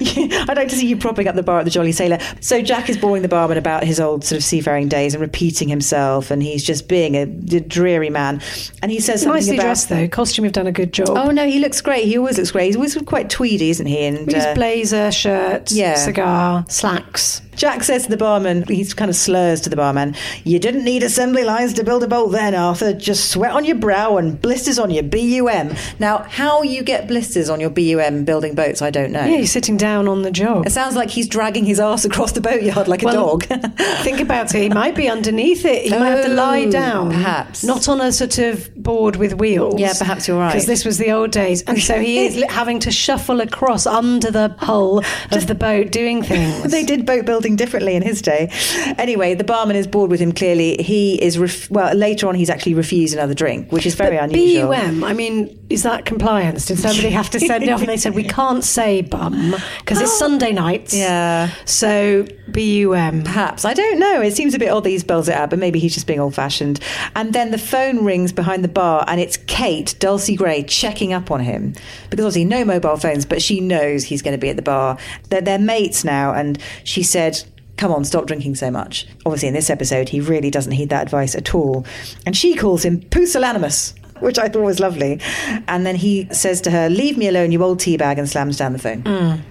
Speaker 3: I'd like to see you propping up the bar at the Jolly Sailor. So Jack is boring the barman about his old sort of seafaring days and repeating himself, and he's just being a, d- dreary man. And he says something
Speaker 4: Nicely
Speaker 3: about
Speaker 4: dressed, though. Costume, you've done a good job.
Speaker 3: Oh no, he looks great. He always looks great. He's always quite tweedy, isn't he? And
Speaker 4: With his
Speaker 3: uh,
Speaker 4: blazer, shirt,
Speaker 3: Yeah.
Speaker 4: cigar, slacks.
Speaker 3: Jack says to the barman, he kind of slurs to the barman, "You didn't need assembly lines to build a boat, then, Arthur. Just sweat on your brow and blisters on your bum." Now, how you get blisters on your bum building boats, I don't know.
Speaker 4: Yeah, he's sitting down on the job.
Speaker 3: It sounds like he's dragging his ass across the boatyard like a
Speaker 4: Well,
Speaker 3: dog.
Speaker 4: think about it. He might be underneath it. He might have to lie
Speaker 3: Oh,
Speaker 4: down.
Speaker 3: perhaps.
Speaker 4: Not on a sort of board with wheels.
Speaker 3: Yeah, perhaps you're right.
Speaker 4: Because this was the old days. And so he is li- having to shuffle across under the hull of the boat doing things.
Speaker 3: they did boat building dressing differently in his day. Anyway, the barman is bored with him. Clearly, he is ref- well. Later on, he's actually refused another drink, which is very
Speaker 4: but
Speaker 3: unusual.
Speaker 4: BUM, I mean, is that compliance? Did somebody have to send it off? And they said, we can't say bum because it's Sunday nights.
Speaker 3: Oh. Yeah.
Speaker 4: So BUM.
Speaker 3: Perhaps. I don't know. It seems a bit odd that he spells it out, but maybe he's just being old fashioned. And then the phone rings behind the bar, and it's Kate, Dulcie Gray, checking up on him. Because obviously, no mobile phones, but she knows he's going to be at the bar. They're, they're mates now, and she said, Come on, stop drinking so much. Obviously, in this episode, he really doesn't heed that advice at all. And she calls him pusillanimous. Which I thought was lovely. And then he says to her, Leave me alone, you old teabag, and slams down the phone.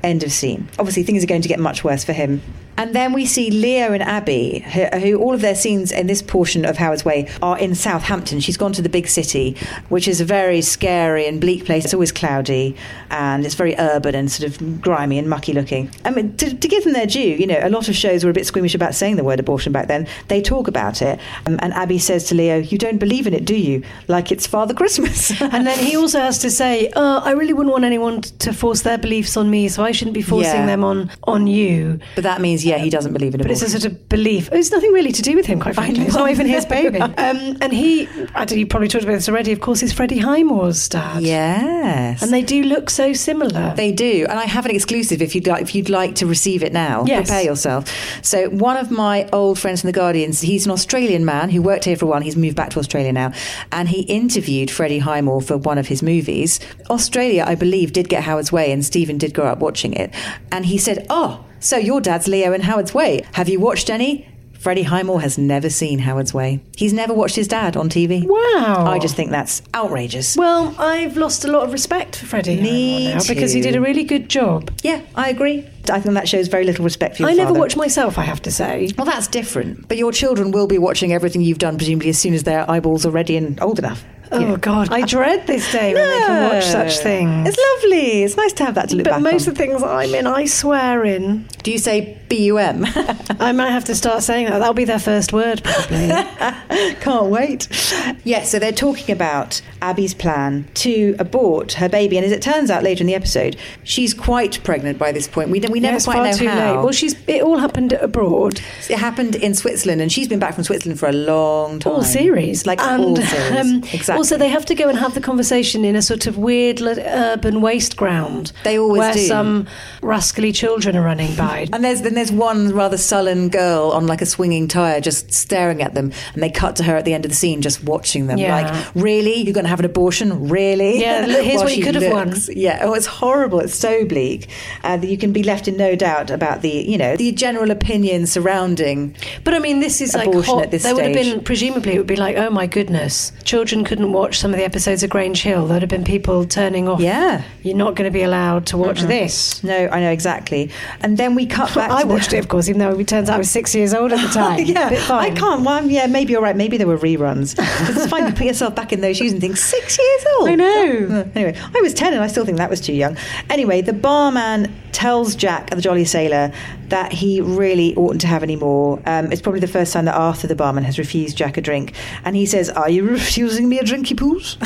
Speaker 3: End of scene. Obviously, things are going to get much worse for him. And then we see Leo and Abby, who, who all of their scenes in this portion of Howard's Way are in Southampton. She's gone to the big city, which is a very scary and bleak place. It's always cloudy and it's very urban and sort of grimy and mucky looking. I mean, to, to give them their due, you know, a lot of shows were a bit squeamish about saying the word abortion back then. They talk about it. Um, and Abby says to Leo, You don't believe in it, do you? Like it's Father Christmas.
Speaker 4: And then he also has to say, oh, I really wouldn't want anyone t- to force their beliefs on me, so I shouldn't be forcing
Speaker 3: Yeah.
Speaker 4: them on, on you.
Speaker 3: but that means, yeah, he doesn't believe in
Speaker 4: But
Speaker 3: abortion.
Speaker 4: it's a sort of belief. Oh, It's nothing really to do with him, quite frankly. It's not
Speaker 3: know.
Speaker 4: even his baby. Um, and he, I don't, you probably talked about this already, of course, is Freddie Highmore's dad.
Speaker 3: Yes.
Speaker 4: And they do look so similar.
Speaker 3: They do, and I have an exclusive. If you'd like, if you'd like to receive it now,
Speaker 4: Yes.
Speaker 3: prepare yourself. So, one of my old friends from the Guardians, he's an Australian man who worked here for a while. He's moved back to Australia now, and he interviewed Freddie Highmore for one of his movies. Australia, I believe, did get Howard's Way, and Stephen did grow up watching it. And he said, "Oh, so your dad's Leo in Howard's Way? Have you watched any?" Freddie Highmore has never seen Howard's Way. He's never watched his dad on TV.
Speaker 4: Wow.
Speaker 3: I just think that's outrageous.
Speaker 4: well, I've lost a lot of respect for Freddie
Speaker 3: Me
Speaker 4: Highmore now because he
Speaker 3: too.
Speaker 4: did a really good job.
Speaker 3: Yeah, I agree. I think that shows very little respect for your
Speaker 4: I never
Speaker 3: father.
Speaker 4: watch myself, I have to say.
Speaker 3: Well, that's different. But your children will be watching everything you've done, presumably, as soon as their eyeballs are ready and old enough.
Speaker 4: Oh God, I dread this day when they can watch such things.
Speaker 3: It's lovely. It's nice to have that to look
Speaker 4: but
Speaker 3: back
Speaker 4: most
Speaker 3: on.
Speaker 4: of the things I'm in, I swear in.
Speaker 3: Do you say BUM?
Speaker 4: I might have to start saying that. That'll be their first word, probably.
Speaker 3: Can't wait. Yes, so they're talking about Abby's plan to abort her baby. And as it turns out later in the episode, she's quite pregnant by this point. We, we never
Speaker 4: Yes,
Speaker 3: quite know how.
Speaker 4: Well, she's. It all happened abroad.
Speaker 3: it happened in Switzerland, and she's been back from Switzerland for a long time.
Speaker 4: All series,
Speaker 3: Like
Speaker 4: and
Speaker 3: all series.
Speaker 4: um,
Speaker 3: exactly.
Speaker 4: also they have to go and have the conversation in a sort of weird li- urban waste ground.
Speaker 3: They always
Speaker 4: where
Speaker 3: do.
Speaker 4: some rascally children are running by.
Speaker 3: And there's then there's one rather sullen girl on like a swinging tire, just staring at them, and they cut to her at the end of the scene, just watching them.
Speaker 4: Yeah.
Speaker 3: Like, really, you're going to have an abortion? Really?
Speaker 4: Yeah, look, here's
Speaker 3: While
Speaker 4: what
Speaker 3: she
Speaker 4: you could have won.
Speaker 3: looks- Yeah. Oh, it's horrible. It's so bleak uh, that you can be left in no doubt about the you know the general opinion surrounding.
Speaker 4: But I mean, this is like
Speaker 3: Abortion
Speaker 4: hot.
Speaker 3: at this
Speaker 4: there would have
Speaker 3: stage.
Speaker 4: been presumably it would be like, oh my goodness, children couldn't watch some of the episodes of Grange Hill. There'd have been people turning off.
Speaker 3: Yeah.
Speaker 4: you're not going to be allowed to watch this.
Speaker 3: No, I know exactly. And then we cut back.
Speaker 4: I
Speaker 3: to the-
Speaker 4: watched it, of course, even though it turns out I was six years old at the time.
Speaker 3: yeah,
Speaker 4: Bit
Speaker 3: I
Speaker 4: fine.
Speaker 3: can't. Well, yeah, maybe you're right. Maybe there were reruns. 'Cause it's fine to put yourself back in those shoes and think six years old. Uh,
Speaker 4: I know.
Speaker 3: Anyway, I was ten and I still think that was too young. Anyway, the barman tells Jack the Jolly Sailor that he really oughtn't to have any more. Um, it's probably the first time that Arthur the barman has refused Jack a drink, and he says, "Are you refusing me a drinky poos?"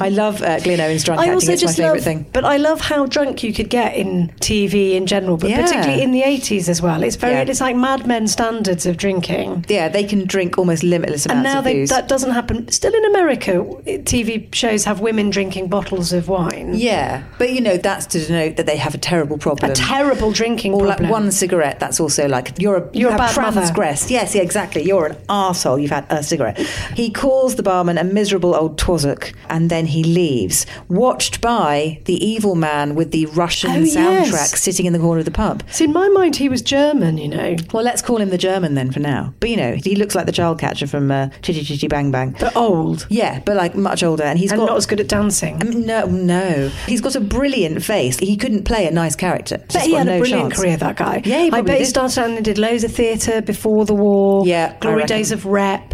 Speaker 3: I love uh, Glen Owen's drunk
Speaker 4: I
Speaker 3: acting.
Speaker 4: also
Speaker 3: it's
Speaker 4: just
Speaker 3: my
Speaker 4: love,
Speaker 3: favourite thing.
Speaker 4: but I love how drunk you could get in TV in general, but
Speaker 3: Yeah.
Speaker 4: particularly in the eighties as well. It's very,
Speaker 3: Yeah.
Speaker 4: it's like Mad Men standards of drinking.
Speaker 3: Yeah, they can drink almost limitless
Speaker 4: And
Speaker 3: amounts
Speaker 4: now
Speaker 3: of
Speaker 4: they,
Speaker 3: booze.
Speaker 4: that doesn't happen. Still in America, it- TV shows have women drinking bottles of wine.
Speaker 3: yeah, but you know that's to denote that they have a terrible problem.
Speaker 4: A terrible drinking
Speaker 3: Or
Speaker 4: problem.
Speaker 3: like one cigarette, that's also like you're a you
Speaker 4: You're a
Speaker 3: have
Speaker 4: bad mother.
Speaker 3: transgressed. Yes, yeah, exactly. You're an arsehole. You've had a cigarette. He calls the barman a miserable old twazzock and then he leaves, watched by the evil man with the Russian
Speaker 4: Oh, yes.
Speaker 3: soundtrack sitting in the corner of the pub.
Speaker 4: So in my mind, he was German. You know,
Speaker 3: Well, let's call him the German then for now. But you know, he looks like the child catcher from uh, Chitty Chitty Bang Bang.
Speaker 4: but old
Speaker 3: yeah, but like much older, and he's
Speaker 4: and
Speaker 3: got
Speaker 4: not as good at dancing.
Speaker 3: no, no. He's got a brilliant face. He couldn't play a nice character.
Speaker 4: Bet
Speaker 3: Just
Speaker 4: he
Speaker 3: got
Speaker 4: had
Speaker 3: no
Speaker 4: a brilliant
Speaker 3: chance.
Speaker 4: career, that guy.
Speaker 3: Yeah, he
Speaker 4: I
Speaker 3: probably
Speaker 4: bet he
Speaker 3: did.
Speaker 4: started out and did loads of theatre before the war.
Speaker 3: Yeah, I
Speaker 4: Glory
Speaker 3: reckon. Mm.
Speaker 4: Days of Rep.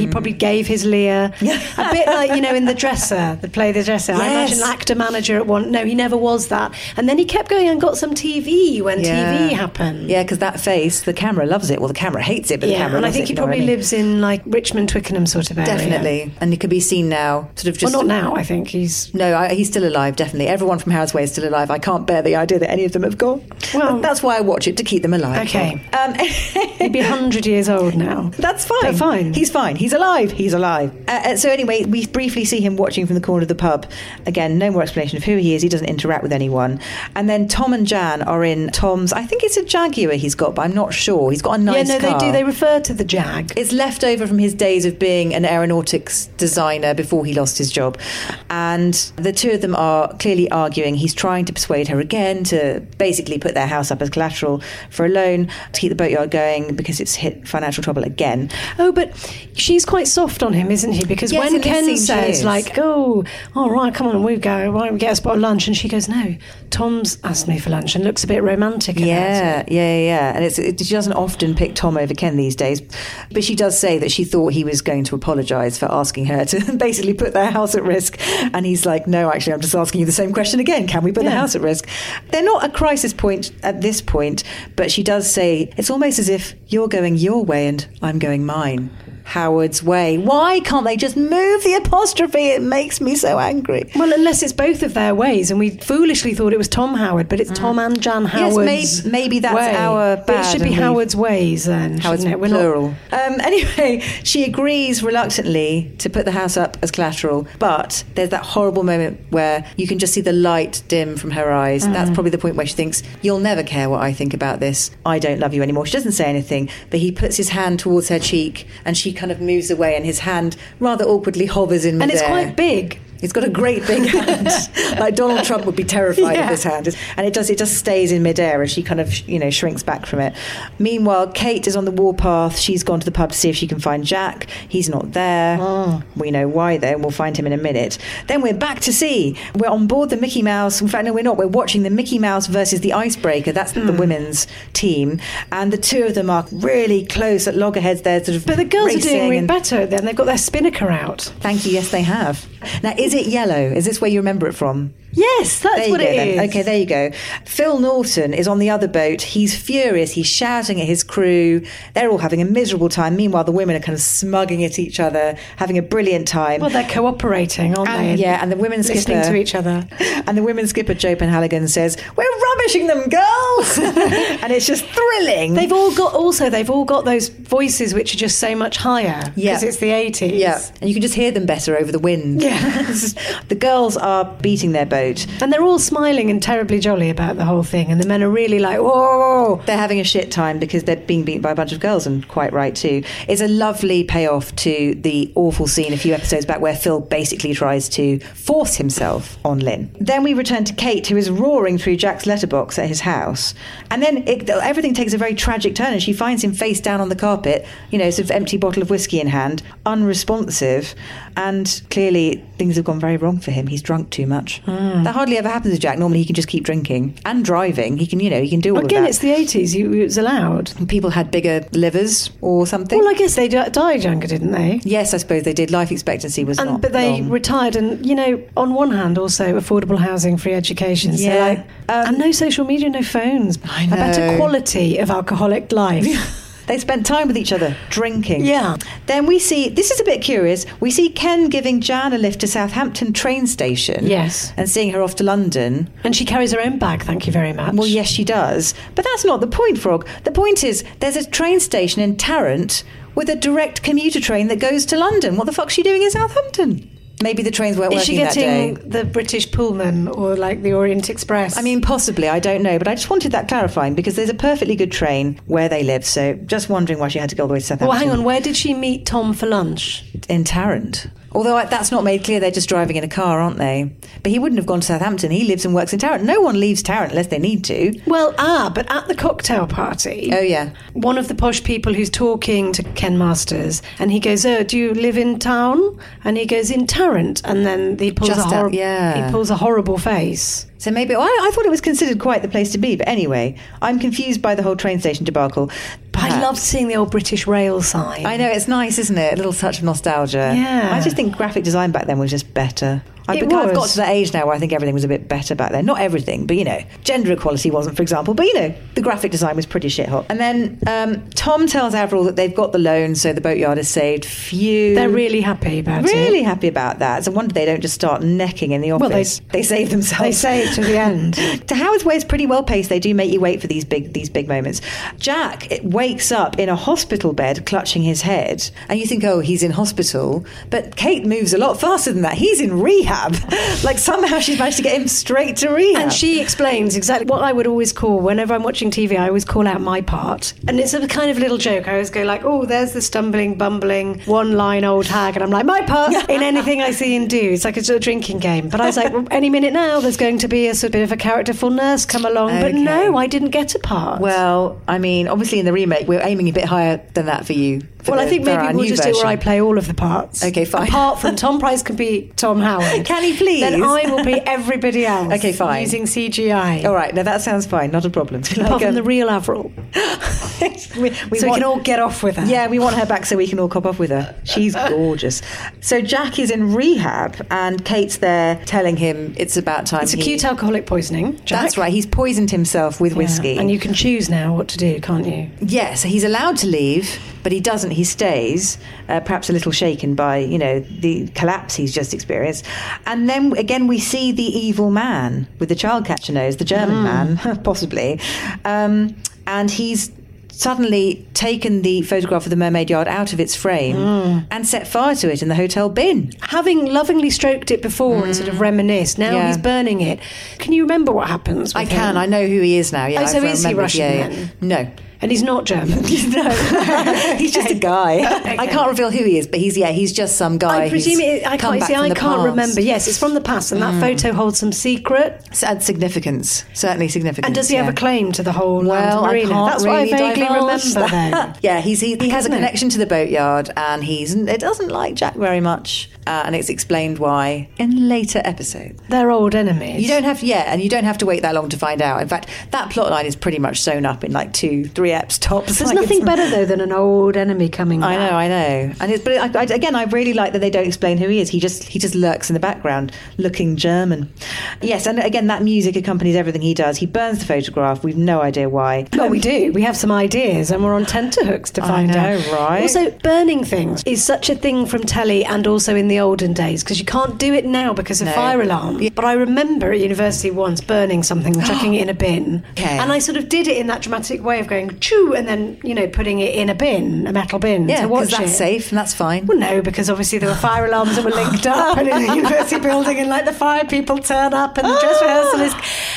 Speaker 4: He probably gave his Lear. a bit like, you know, in The Dresser, the play The Dresser. I imagine
Speaker 3: Yes.
Speaker 4: actor manager at one. No, he never was that. And then he kept going and got some TV when TV happened.
Speaker 3: Yeah, because that face, the camera loves it. Well, the camera hates it, but the
Speaker 4: Yeah,
Speaker 3: camera
Speaker 4: and I
Speaker 3: loves
Speaker 4: think
Speaker 3: it,
Speaker 4: he
Speaker 3: you know what
Speaker 4: probably
Speaker 3: I mean?
Speaker 4: lives in like Richmond, Twickenham sort of area.
Speaker 3: Definitely. And he could be seen now, sort of
Speaker 4: Well,
Speaker 3: just.
Speaker 4: not now, I think. He's
Speaker 3: No, I, he's still alive, definitely. Everyone from Howard's Way is still alive. I can't bear the idea that any of them have gone.
Speaker 4: Well-
Speaker 3: Well, that's why I watch it to keep them alive.
Speaker 4: Okay.
Speaker 3: Um,
Speaker 4: He'd be 100 years old now.
Speaker 3: That's fine.
Speaker 4: They're fine.
Speaker 3: He's fine. He's alive. He's alive. Uh, uh, so anyway, we briefly see him watching from the corner of the pub. Again, no more explanation of who he is. He doesn't interact with anyone. And then Tom and Jan are in Tom's. I think it's a Jaguar he's got, but I'm not sure. He's got a nice.
Speaker 4: yeah, no,
Speaker 3: car.
Speaker 4: they do. They refer to the Jag.
Speaker 3: It's left over from his days of being an aeronautics designer before he lost his job. And the two of them are clearly arguing. He's trying to persuade her again to basically put their house up as collateral for a loan to keep the boatyard going because it's hit financial trouble again.
Speaker 4: Oh, but she's quite soft on him, isn't he? Because
Speaker 3: Yes,
Speaker 4: when
Speaker 3: it does seem
Speaker 4: Ken
Speaker 3: she
Speaker 4: says,
Speaker 3: is.
Speaker 4: like, oh, all right, come on, we go, why don't we get a spot of lunch? And she goes, no, Tom's asked me for lunch and looks a bit romantic. about it.
Speaker 3: Yeah, yeah, yeah. And it's, it, she doesn't often pick Tom over Ken these days, but she does say that she thought he was going to apologise for asking her to basically put their house at risk. And he's like, no, actually, I'm just asking you the same question again. Can we put the
Speaker 4: Yeah.
Speaker 3: house at risk? They're not a crisis point at this point, but she does say it's almost as if you're going your way and I'm going mine. Howard's way. Why can't they just move the apostrophe? It makes me so angry.
Speaker 4: Well, unless it's both of their ways, and we foolishly thought it was Tom Howard, but it's Tom and Jan
Speaker 3: Mm. Yes,
Speaker 4: Howard's.
Speaker 3: may- maybe that's
Speaker 4: way.
Speaker 3: our
Speaker 4: But it
Speaker 3: bad
Speaker 4: should be
Speaker 3: and we've-
Speaker 4: Howard's ways then.
Speaker 3: How it's
Speaker 4: shouldn't it? We're not-
Speaker 3: plural. Um, anyway, she agrees reluctantly to put the house up as collateral, but there's that horrible moment where you can just see the light dim from her eyes.
Speaker 4: Mm.
Speaker 3: That's probably the point where she thinks, You'll never care what I think about this. I don't love you anymore. She doesn't say anything, but he puts his hand towards her cheek and she kind of moves away, and his hand rather awkwardly hovers in
Speaker 4: and it's
Speaker 3: midair.
Speaker 4: quite big.
Speaker 3: It's got a great big hand. like Donald Trump would be terrified of
Speaker 4: Yeah.
Speaker 3: this hand, and it does. It just stays in midair as she kind of you know shrinks back from it. Meanwhile, Kate is on the warpath. She's gone to the pub to see if she can find Jack. He's not there.
Speaker 4: Oh.
Speaker 3: We know why though. and We'll find him in a minute. Then we're back to sea. We're on board the Mickey Mouse. In fact, no, we're not. We're watching the Mickey Mouse versus the Icebreaker. That's
Speaker 4: Hmm.
Speaker 3: the women's team, and the two of them are really close at loggerheads. They're sort of
Speaker 4: But the girls are
Speaker 3: racing
Speaker 4: doing really
Speaker 3: and-
Speaker 4: better then. They've got their spinnaker out.
Speaker 3: Thank you. Yes, they have. Now, is it yellow? Is this where you remember it from?
Speaker 4: Yes, that's
Speaker 3: There you
Speaker 4: what
Speaker 3: go
Speaker 4: it is.
Speaker 3: then. Okay, there you go. Phil Norton is on the other boat. He's furious. He's shouting at his crew. They're all having a miserable time. Meanwhile, the women are kind of smugging at each other, having a brilliant time.
Speaker 4: Well, they're cooperating, aren't
Speaker 3: And-
Speaker 4: they?
Speaker 3: yeah, and the women's
Speaker 4: listening
Speaker 3: skipper-
Speaker 4: to each other.
Speaker 3: and the women's skipper, Joe Penhaligon, says, We're rubbishing them, girls! and it's just thrilling.
Speaker 4: They've all got also they've all got those voices which are just so much higher
Speaker 3: Yeah.
Speaker 4: because it's the eighties.
Speaker 3: yeah, and you can just hear them better over the wind.
Speaker 4: Yeah.
Speaker 3: the girls are beating their boat.
Speaker 4: And they're all smiling and terribly jolly about the whole thing, and the men are really like, "Whoa!"
Speaker 3: they're having a shit time because they're being beaten by a bunch of girls, and quite right too. It's a lovely payoff to the awful scene a few episodes back where Phil basically tries to force himself on Lynn. Then we return to Kate, who is roaring through Jack's letterbox at his house, and then it, everything takes a very tragic turn, and she finds him face down on the carpet, you know, sort of empty bottle of whiskey in hand, unresponsive, and clearly things have gone very wrong for him. He's drunk too much.
Speaker 4: Hmm.
Speaker 3: That hardly ever happens to Jack. Normally, he can just keep drinking and driving. He can, you know, he can do all of
Speaker 4: Again,
Speaker 3: that
Speaker 4: it's the eighties. You it was allowed.
Speaker 3: people had bigger livers or something.
Speaker 4: Well, I guess they di- died younger, didn't they?
Speaker 3: yes, I suppose they did. Life expectancy was
Speaker 4: And
Speaker 3: not
Speaker 4: but they
Speaker 3: long.
Speaker 4: retired, and you know, on one hand, also affordable housing, free education, so
Speaker 3: Yeah. um,
Speaker 4: like, and no social media, no phones, I a
Speaker 3: know.
Speaker 4: better quality of alcoholic life.
Speaker 3: they spent time with each other drinking.
Speaker 4: Yeah.
Speaker 3: Then we see this is a bit curious. We see Ken giving Jan a lift to Southampton train station.
Speaker 4: Yes.
Speaker 3: And seeing her off to London.
Speaker 4: and she carries her own bag. Thank you very much.
Speaker 3: Well, yes, she does. But that's not the point, Frog. The point is there's a train station in Tarrant with a direct commuter train that goes to London. What the fuck's she doing in Southampton? Maybe the trains weren't
Speaker 4: Is she
Speaker 3: working
Speaker 4: getting
Speaker 3: that day.
Speaker 4: the British Pullman or like the Orient Express?
Speaker 3: I mean, possibly, I don't know, but I just wanted that clarifying because there's a perfectly good train where they live, so just wondering why she had to go all the way to Southampton.
Speaker 4: well, hang on. Where did she meet Tom for lunch?
Speaker 3: In Tarrant. Although I- that's not made clear, they're just driving in a car, aren't they? But he wouldn't have gone to Southampton. He lives and works in Tarrant. No one leaves Tarrant unless they need to.
Speaker 4: Well, ah, but at the cocktail party.
Speaker 3: Oh, yeah.
Speaker 4: One of the posh people who's talking to Ken Masters, and he goes, "Oh, do you live in town?" And he goes, "In Tarrant," and then he pulls
Speaker 3: Just
Speaker 4: a
Speaker 3: out-
Speaker 4: horrible,
Speaker 3: yeah.
Speaker 4: he pulls a horrible face.
Speaker 3: So maybe well, I, I thought it was considered quite the place to be. But anyway, I'm confused by the whole train station debacle.
Speaker 4: But I
Speaker 3: Perhaps.
Speaker 4: love seeing the old British rail sign.
Speaker 3: I know it's nice, isn't it? A little touch of nostalgia.
Speaker 4: Yeah.
Speaker 3: I just think graphic design back then was just better. I
Speaker 4: It
Speaker 3: think I've got
Speaker 4: was.
Speaker 3: to that age now where I think everything was a bit better back then. Not everything, but you know, gender equality wasn't, for example. But you know, the graphic design was pretty shit hot. And then um, Tom tells Averil that they've got the loan, so the boatyard is saved. Phew.
Speaker 4: They're Mm. really happy about it.
Speaker 3: Really happy about that. It's a wonder they don't just start necking in the
Speaker 4: Well, they-
Speaker 3: office. they, save themselves.
Speaker 4: They say it to the end.
Speaker 3: To Howard's Way is pretty well paced. They do make you wait for these big these big moments. Jack it wakes up in a hospital bed, clutching his head, and you think, oh, he's in hospital. But Kate moves a lot faster than that. He's in rehab. like somehow she's managed to get him straight to rehab.
Speaker 4: And she explains exactly what I would always call whenever I'm watching TV. I always call out my part, and it's a kind of little joke. I always go like, "Oh, there's the stumbling, bumbling, one-line old hag," and I'm like, "My part in anything I see and do." It's like a sort of drinking game. But I was like, well, "Any minute now, there's going to be a sort of bit of a characterful nurse come along." But
Speaker 3: Okay.
Speaker 4: no, I didn't get a part.
Speaker 3: Well, I mean, obviously in the remake, we're aiming a bit higher than that for you. for
Speaker 4: Well, I
Speaker 3: the-
Speaker 4: think
Speaker 3: for
Speaker 4: maybe
Speaker 3: our
Speaker 4: we'll
Speaker 3: new
Speaker 4: just do where
Speaker 3: version.
Speaker 4: I play all of the parts.
Speaker 3: Okay, fine.
Speaker 4: Apart from Tom Price can be Tom Howard.
Speaker 3: Can he please?
Speaker 4: Then I will be everybody else.
Speaker 3: Okay, fine.
Speaker 4: Using CGI.
Speaker 3: All right, now that sounds fine. Not a problem.
Speaker 4: Apart
Speaker 3: Like,
Speaker 4: from
Speaker 3: um,
Speaker 4: the real Avril.
Speaker 3: we, we
Speaker 4: so
Speaker 3: want-
Speaker 4: we can all get off with that.
Speaker 3: Yeah, we want her back so we can all cop off with her. She's gorgeous. So Jack is in rehab, and Kate's there telling him it's about time.
Speaker 4: It's
Speaker 3: he-
Speaker 4: acute alcoholic poisoning. Jack.
Speaker 3: That's right. He's poisoned himself with whiskey.
Speaker 4: And you can choose now what to do, can't you?
Speaker 3: yeah, so he's allowed to leave, but he doesn't. He stays, uh, perhaps a little shaken by you know the collapse he's just experienced. And then again, we see the evil man with the child catcher nose, the German man, possibly, um, and he's suddenly taken the photograph of the mermaid yard out of its frame and set fire to it in the hotel bin.
Speaker 4: Having lovingly stroked it before and sort of reminisced, now
Speaker 3: Mm. Yeah.
Speaker 4: he's burning it. Can you remember what happens? with
Speaker 3: I can.
Speaker 4: him?
Speaker 3: I know who he is now. Yeah,
Speaker 4: Oh, so
Speaker 3: I've
Speaker 4: is he
Speaker 3: remembered,
Speaker 4: Russian
Speaker 3: yeah,
Speaker 4: then?
Speaker 3: yeah. No,
Speaker 4: And he's not German.
Speaker 3: no, he's just a guy. I can't reveal who he is, but he's yeah, he's just some guy.
Speaker 4: I presume
Speaker 3: who's
Speaker 4: it, I
Speaker 3: come
Speaker 4: can't
Speaker 3: back
Speaker 4: see.
Speaker 3: from
Speaker 4: I
Speaker 3: the
Speaker 4: can't
Speaker 3: past. Mm.
Speaker 4: remember. Yes, it's from the past, and that photo holds some secret.
Speaker 3: Sad significance, certainly significance.
Speaker 4: And does he have a
Speaker 3: yeah.
Speaker 4: claim to the whole
Speaker 3: Well,
Speaker 4: land
Speaker 3: I
Speaker 4: marina?
Speaker 3: can't
Speaker 4: That's
Speaker 3: really
Speaker 4: what I vaguely remember.
Speaker 3: divulge
Speaker 4: Then.
Speaker 3: that. yeah, he's, he, he has a
Speaker 4: Isn't it?
Speaker 3: connection to the boatyard, and he's it doesn't like Jack very much, uh, and it's explained why in later episodes.
Speaker 4: They're old enemies.
Speaker 3: You don't have yeah, and you don't have to wait that long to find out. In fact, that plot line is pretty much sewn up in like two, three eps tops.
Speaker 4: There's
Speaker 3: Like,
Speaker 4: nothing
Speaker 3: it's-
Speaker 4: better though than an old enemy coming.
Speaker 3: I
Speaker 4: back.
Speaker 3: know, I know, and it's but I, I, again, I really like that they don't explain who he is. He just he just lurks in the background, looking German. Yes, and again, that music accompanies everything he does. He burns the photograph. We've no idea why.
Speaker 4: Well, we do. We have some ideas, and we're on tenterhooks to find
Speaker 3: um, know,
Speaker 4: out.
Speaker 3: right?
Speaker 4: Also, burning things is such a thing from telly and also in the olden days because you can't do it now because of fire alarm. But I remember at university once burning something, chucking it in a bin,
Speaker 3: Okay.
Speaker 4: and I sort of did it in that dramatic way of going choo, and then you know putting it in a bin, a metal bin.
Speaker 3: Yeah,
Speaker 4: to watch
Speaker 3: because that's
Speaker 4: it.
Speaker 3: safe and that's fine.
Speaker 4: Well, no, because obviously there were fire alarms that were linked up and in the university building, and like the fire people turn up, and the dress rehearsal is,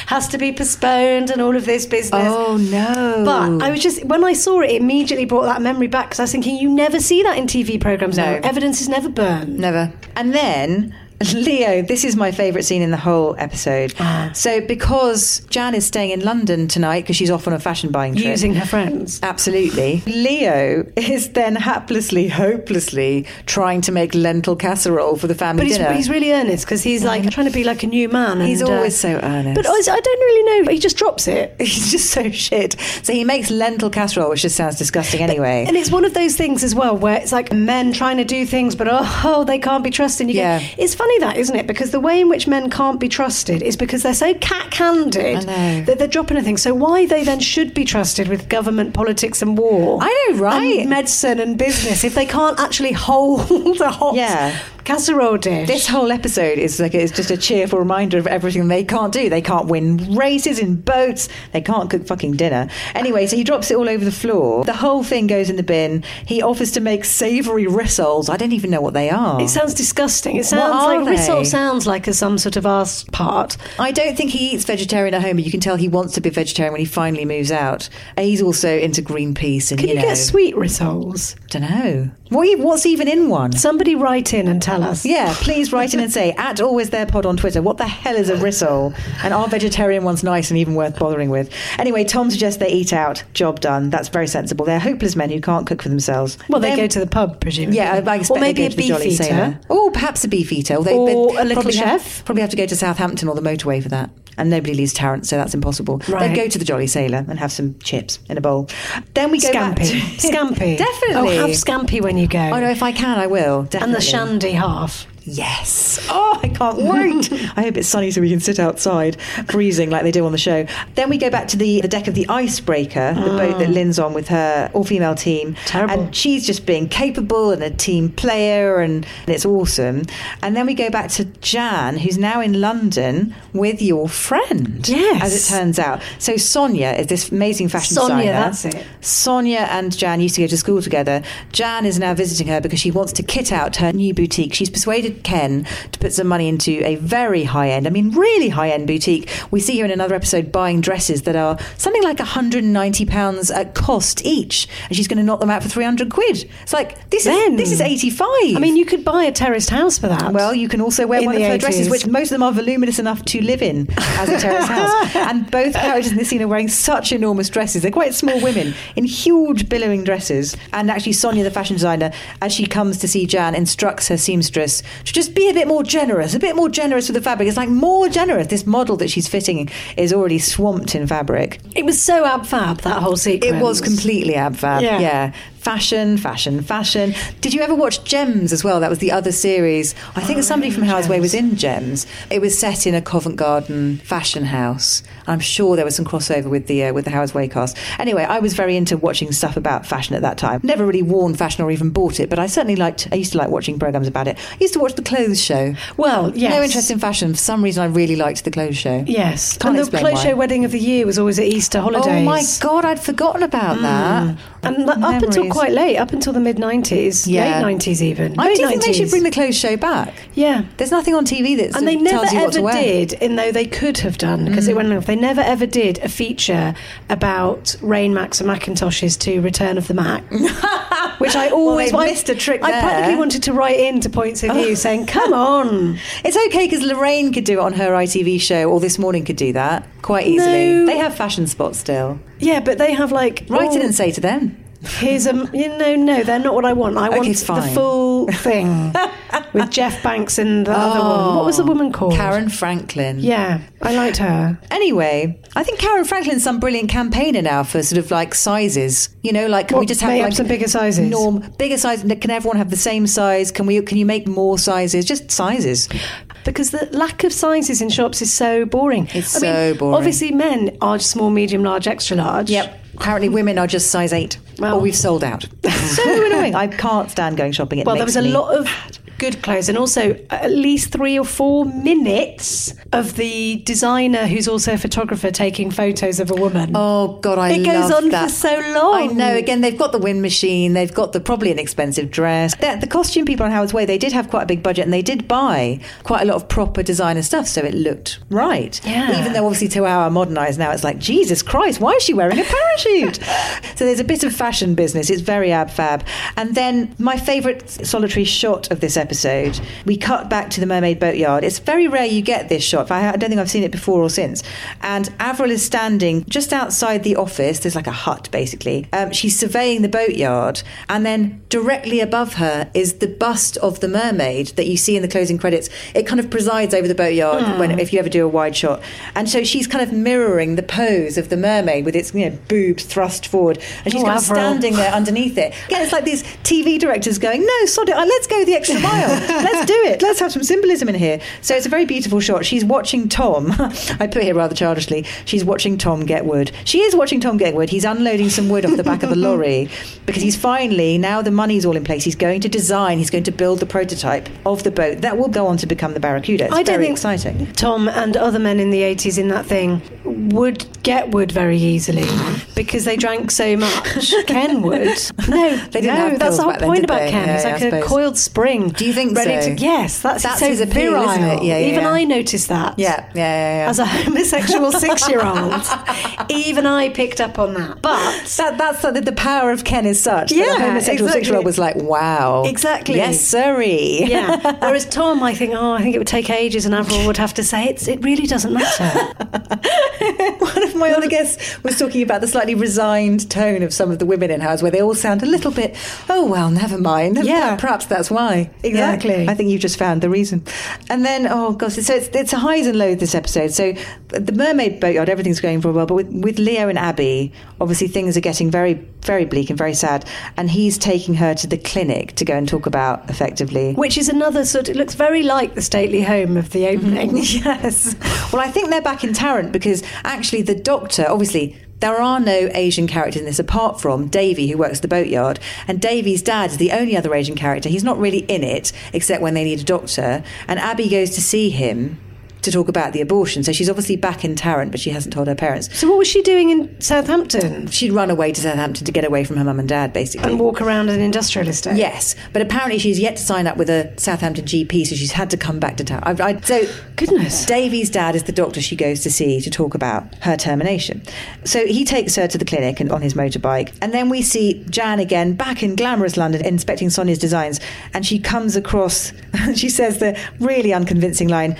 Speaker 4: has to be postponed, and all of this business.
Speaker 3: Oh, no.
Speaker 4: But I was just when I saw it, it immediately brought that memory back because I was thinking you never see that in TV programs
Speaker 3: No.
Speaker 4: now. Evidence is never burned.
Speaker 3: Never. And then Leo, this is my favourite scene in the whole episode.
Speaker 4: Ah.
Speaker 3: So because Jan is staying in London tonight because she's off on a fashion buying trip.
Speaker 4: Using her friends.
Speaker 3: Absolutely. Leo is then haplessly, hopelessly trying to make lentil casserole for the family
Speaker 4: But he's,
Speaker 3: dinner.
Speaker 4: he's really earnest because he's like trying to be like a new man.
Speaker 3: He's
Speaker 4: and, uh,
Speaker 3: always so earnest.
Speaker 4: But I, was- I don't really know. He just drops it.
Speaker 3: He's just so shit. So he makes lentil casserole, which just sounds disgusting anyway.
Speaker 4: And it's one of those things as well where it's like men trying to do things, but oh, oh, they can't be trusted. You go-
Speaker 3: Yeah.
Speaker 4: it's funny that, isn't it? Because the way in which men can't be trusted is because they're so cat handed
Speaker 3: I know.
Speaker 4: that they're dropping a thing. So why they then should be trusted with government, politics, and war?
Speaker 3: I know, right?
Speaker 4: And medicine and business if they can't actually hold a hot
Speaker 3: Yeah.
Speaker 4: casserole dish.
Speaker 3: This whole episode is like it's just a cheerful reminder of everything they can't do. They can't win races in boats. They can't cook fucking dinner. Anyway, so he drops it all over the floor. The whole thing goes in the bin. He offers to make savoury rissoles. I don't even know what they are.
Speaker 4: it sounds disgusting. It
Speaker 3: What
Speaker 4: sounds
Speaker 3: are
Speaker 4: like
Speaker 3: they?
Speaker 4: risol sounds like a, some sort of arse part.
Speaker 3: I don't think he eats vegetarian at home, but you can tell he wants to be vegetarian when he finally moves out. And He's also into Greenpeace and
Speaker 4: Can you,
Speaker 3: know,
Speaker 4: get sweet rissoles?
Speaker 3: don't know. What, e- what's even in one?
Speaker 4: Somebody write in and tell us.
Speaker 3: Yeah, please write in and say at always their pod on Twitter. What the hell is a rissole? And are vegetarian ones nice and even worth bothering with? Anyway, Tom suggests they eat out. Job done. That's very sensible. They're hopeless men who can't cook for themselves.
Speaker 4: Well, they
Speaker 3: Then-
Speaker 4: go to the pub, presumably.
Speaker 3: Yeah, I- I expect
Speaker 4: or maybe
Speaker 3: they go to the
Speaker 4: a
Speaker 3: Jolly
Speaker 4: beef eater.
Speaker 3: Sailor. Or perhaps a beef eater. although they'd
Speaker 4: Or a little
Speaker 3: probably have-
Speaker 4: chef.
Speaker 3: probably have to go to Southampton or the motorway for that. And nobody leaves Tarrant, so that's impossible.
Speaker 4: Right.
Speaker 3: They'd go to the Jolly Sailor and have some chips in a bowl. Then we go back
Speaker 4: Scampi,
Speaker 3: to- Oh,
Speaker 4: scampi,
Speaker 3: Definitely.
Speaker 4: Oh, have scampi when you go.
Speaker 3: Oh no, if I can, I will. Definitely.
Speaker 4: and the shandy half.
Speaker 3: Yes.
Speaker 7: Oh, I can't wait. I hope it's sunny so we can sit outside freezing like they do on the show.
Speaker 3: Then we go back to the, the deck of the icebreaker, the boat that Lynn's on with her all female team.
Speaker 4: Ah. Terrible.
Speaker 3: And she's just being capable and a team player, and, and it's awesome. And then we go back to Jan, who's now in London with your friend.
Speaker 4: Yes.
Speaker 3: As it turns out. So Sonia is this amazing fashion
Speaker 4: Sonia,
Speaker 3: designer.
Speaker 4: that's it.
Speaker 3: Sonia and Jan used to go to school together. Jan is now visiting her because she wants to kit out her new boutique. She's persuaded Ken to put some money into a very high end, I mean, really high end boutique. We see her in another episode buying dresses that are something like £190 at cost each, and she's going to knock them out for 300 quid. It's like, this,
Speaker 4: Then-
Speaker 3: is, this is 85
Speaker 4: I mean, you could buy a terraced house for that.
Speaker 3: well, you can also wear
Speaker 4: In
Speaker 3: one of
Speaker 4: the
Speaker 3: her dresses,
Speaker 4: 80s.
Speaker 3: which most of them are voluminous enough to live in as a terrace house. And both characters in this scene are wearing such enormous dresses. They're quite small women in huge billowing dresses. And actually, Sonia, the fashion designer, as she comes to see Jan, instructs her seamstress to just be a bit more generous, a bit more generous with the fabric. It's like more generous. This model that she's fitting is already swamped in fabric.
Speaker 4: it was so ab fab that whole sequence.
Speaker 3: It was completely ab fab.
Speaker 4: Yeah.
Speaker 3: Yeah. Fashion, fashion, fashion. Did you ever watch Gems as well? That was the other series. I
Speaker 4: Oh,
Speaker 3: think somebody from Howard's Way was in Gems. It was set in a Covent Garden fashion house. I'm sure there was some crossover with the uh, with the Howard's Way cast. Anyway, I was very into watching stuff about fashion at that time. Never really worn fashion or even bought it, but I certainly liked. I used to like watching programs about it. I used to watch the clothes show.
Speaker 4: Well, yes.
Speaker 3: No interest in fashion. For some reason, I really liked the clothes show.
Speaker 4: Yes,
Speaker 3: Can't
Speaker 4: and the
Speaker 3: explain
Speaker 4: close
Speaker 3: why.
Speaker 4: show wedding of the year was always at Easter holidays. Mm.
Speaker 3: Oh my god, I'd forgotten about that.
Speaker 4: And like, up until
Speaker 3: Memories.
Speaker 4: quite late, up until the mid nineties,
Speaker 3: Yeah.
Speaker 4: late nineties even.
Speaker 3: I
Speaker 4: late
Speaker 3: do think they
Speaker 4: 90s.
Speaker 3: should bring the clothes show back.
Speaker 4: yeah.
Speaker 3: There's nothing on TV that
Speaker 4: and they never
Speaker 3: tells you Mm. what to
Speaker 4: ever
Speaker 3: wear.
Speaker 4: did, and though they could have done because it went off. They never ever did a feature about Rain Max and Macintosh's to Return of the Mac, which I always
Speaker 3: they
Speaker 4: I-
Speaker 3: missed a trick
Speaker 4: I
Speaker 3: there. Oh.
Speaker 4: practically wanted to write in to points of view saying, "Come on,
Speaker 3: It's okay because Lorraine could do it on her ITV show, or this morning could do that quite easily.
Speaker 4: No.
Speaker 3: They have fashion spots still.
Speaker 4: yeah," but they have like
Speaker 3: Write in
Speaker 4: all-
Speaker 3: and say to them.
Speaker 4: Here's a you know no, they're not what I want. I
Speaker 3: Okay,
Speaker 4: want the
Speaker 3: fine.
Speaker 4: full thing with Jeff Banks and the other one. What was the woman called?
Speaker 3: Oh, Karen Franklin.
Speaker 4: Oh. Yeah, I liked her.
Speaker 3: Anyway, I think Karen Franklin's some brilliant campaigner now for sort of like sizes. You know, like can we
Speaker 4: What,
Speaker 3: just have
Speaker 4: make up
Speaker 3: like
Speaker 4: some bigger sizes?
Speaker 3: Norm bigger size. Can everyone have the same size? Can we? Can you make more sizes? Just sizes.
Speaker 4: Because the lack of sizes in shops is so boring.
Speaker 3: It's so boring.
Speaker 4: Obviously, men are small, medium, large, extra large.
Speaker 3: Yep. Apparently, women are just size eight,
Speaker 4: Well.
Speaker 3: or we've sold out. so annoying. I can't stand going shopping. It
Speaker 4: Well, there
Speaker 3: makes
Speaker 4: was a
Speaker 3: me-
Speaker 4: lot of good clothes, and also at least three or four minutes of the designer who's also a photographer taking photos of a woman.
Speaker 3: Oh God, I
Speaker 4: It goes
Speaker 3: love
Speaker 4: on for
Speaker 3: that.
Speaker 4: so long.
Speaker 3: I know. Again, they've got the wind machine. They've got the probably an expensive dress. The, the costume people on Howard's Way they did have quite a big budget and they did buy quite a lot of proper designer stuff, so it looked right.
Speaker 4: Yeah.
Speaker 3: Even though obviously to our modernised now, it's like Jesus Christ, why is she wearing a parachute? so there's a bit of fashion business. It's very ab fab. And then my favourite solitary shot of this episode, we cut back to the Mermaid Boatyard. It's very rare you get this shot. I I don't think I've seen it before or since. And Avril is standing just outside the office. There's like a hut, basically. Um, she's surveying the boatyard. And then directly above her is the bust of the mermaid that you see in the closing credits. It kind of presides over the boatyard when, if you ever do a wide shot. And so she's kind of mirroring the pose of the mermaid with its you know, boobs thrust forward. And she's
Speaker 4: Oh,
Speaker 3: kind of
Speaker 4: Avril.
Speaker 3: standing there underneath it. Again, it's like these TV directors going, no, sod it, uh, let's go the extra mile. Let's do it. Let's have some symbolism in here. So it's a very beautiful shot. She's watching Tom. I put here rather childishly. She's watching Tom get wood. She is watching Tom get wood. He's unloading some wood off the back of a lorry because he's finally, now the money's all in place, he's going to design, he's going to build the prototype of the boat that will go on to become the Barracuda. It's
Speaker 4: I don't
Speaker 3: very
Speaker 4: think
Speaker 3: exciting.
Speaker 4: Tom and other men in the 80s in that thing would get wood very easily because they drank so much. Ken would. No,
Speaker 3: They didn't
Speaker 4: no,
Speaker 3: have pills
Speaker 4: that's the whole
Speaker 3: back then,
Speaker 4: point
Speaker 3: did
Speaker 4: about
Speaker 3: they?
Speaker 4: Ken.
Speaker 3: Yeah,
Speaker 4: it's
Speaker 3: yeah,
Speaker 4: like
Speaker 3: I
Speaker 4: a
Speaker 3: suppose.
Speaker 4: coiled spring.
Speaker 3: Do you think
Speaker 4: ready
Speaker 3: so?
Speaker 4: To, yes, that's,
Speaker 3: That's
Speaker 4: so
Speaker 3: his appeal,
Speaker 4: virile.
Speaker 3: isn't it? Yeah, yeah,
Speaker 4: Even
Speaker 3: yeah.
Speaker 4: I noticed that.
Speaker 3: Yeah, yeah, yeah, yeah.
Speaker 4: As a homosexual six-year-old, even I picked up on that. But
Speaker 3: That, that's the, the power of Ken is such.
Speaker 4: Yeah,
Speaker 3: that the homosexual
Speaker 4: exactly.
Speaker 3: six-year-old was like, "Wow,
Speaker 4: Exactly.
Speaker 3: yes, sorry."
Speaker 4: Yeah. Whereas Tom, I think, oh, I think it would take ages, and Avril would have to say, it's, it really doesn't matter.
Speaker 3: One of my other guests was talking about the slightly resigned tone of some of the women in house, where they all sound a little bit, "Oh well, never mind."
Speaker 4: Yeah.
Speaker 3: perhaps that's why.
Speaker 4: Yeah.
Speaker 7: Yeah,
Speaker 4: exactly.
Speaker 7: I think you've just found the reason. And then, oh gosh, so it's, it's highs and lows this episode. So the Mermaid Boatyard, everything's going very well, but with, with Leo and Abby, obviously things are getting very, very bleak and very sad. And he's taking her to the clinic to go and talk about effectively.
Speaker 4: Which is another sort. It looks very like the stately home of the opening.
Speaker 7: yes.
Speaker 3: Well, I think they're back in Tarrant because actually the doctor, obviously, there are no Asian characters in this apart from Davy, who works the boatyard. And Davy's dad is the only other Asian character. He's not really in it except when they need a doctor. And Abby goes to see him to talk about the abortion. So she's obviously back in Tarrant, but she hasn't told her parents.
Speaker 4: So what was she doing in Southampton?
Speaker 3: She'd run away to Southampton to get away from her mum and dad, basically.
Speaker 4: And walk around an industrial estate.
Speaker 3: Yes, but apparently she's yet to sign up with a Southampton GP, so she's had to come back to town. I, I, so
Speaker 4: Goodness.
Speaker 3: Davy's dad is the doctor she goes to see to talk about her termination. So he takes her to the clinic and on his motorbike, and then we see Jan again back in glamorous London inspecting Sonia's designs, and she comes across. she says the really unconvincing line.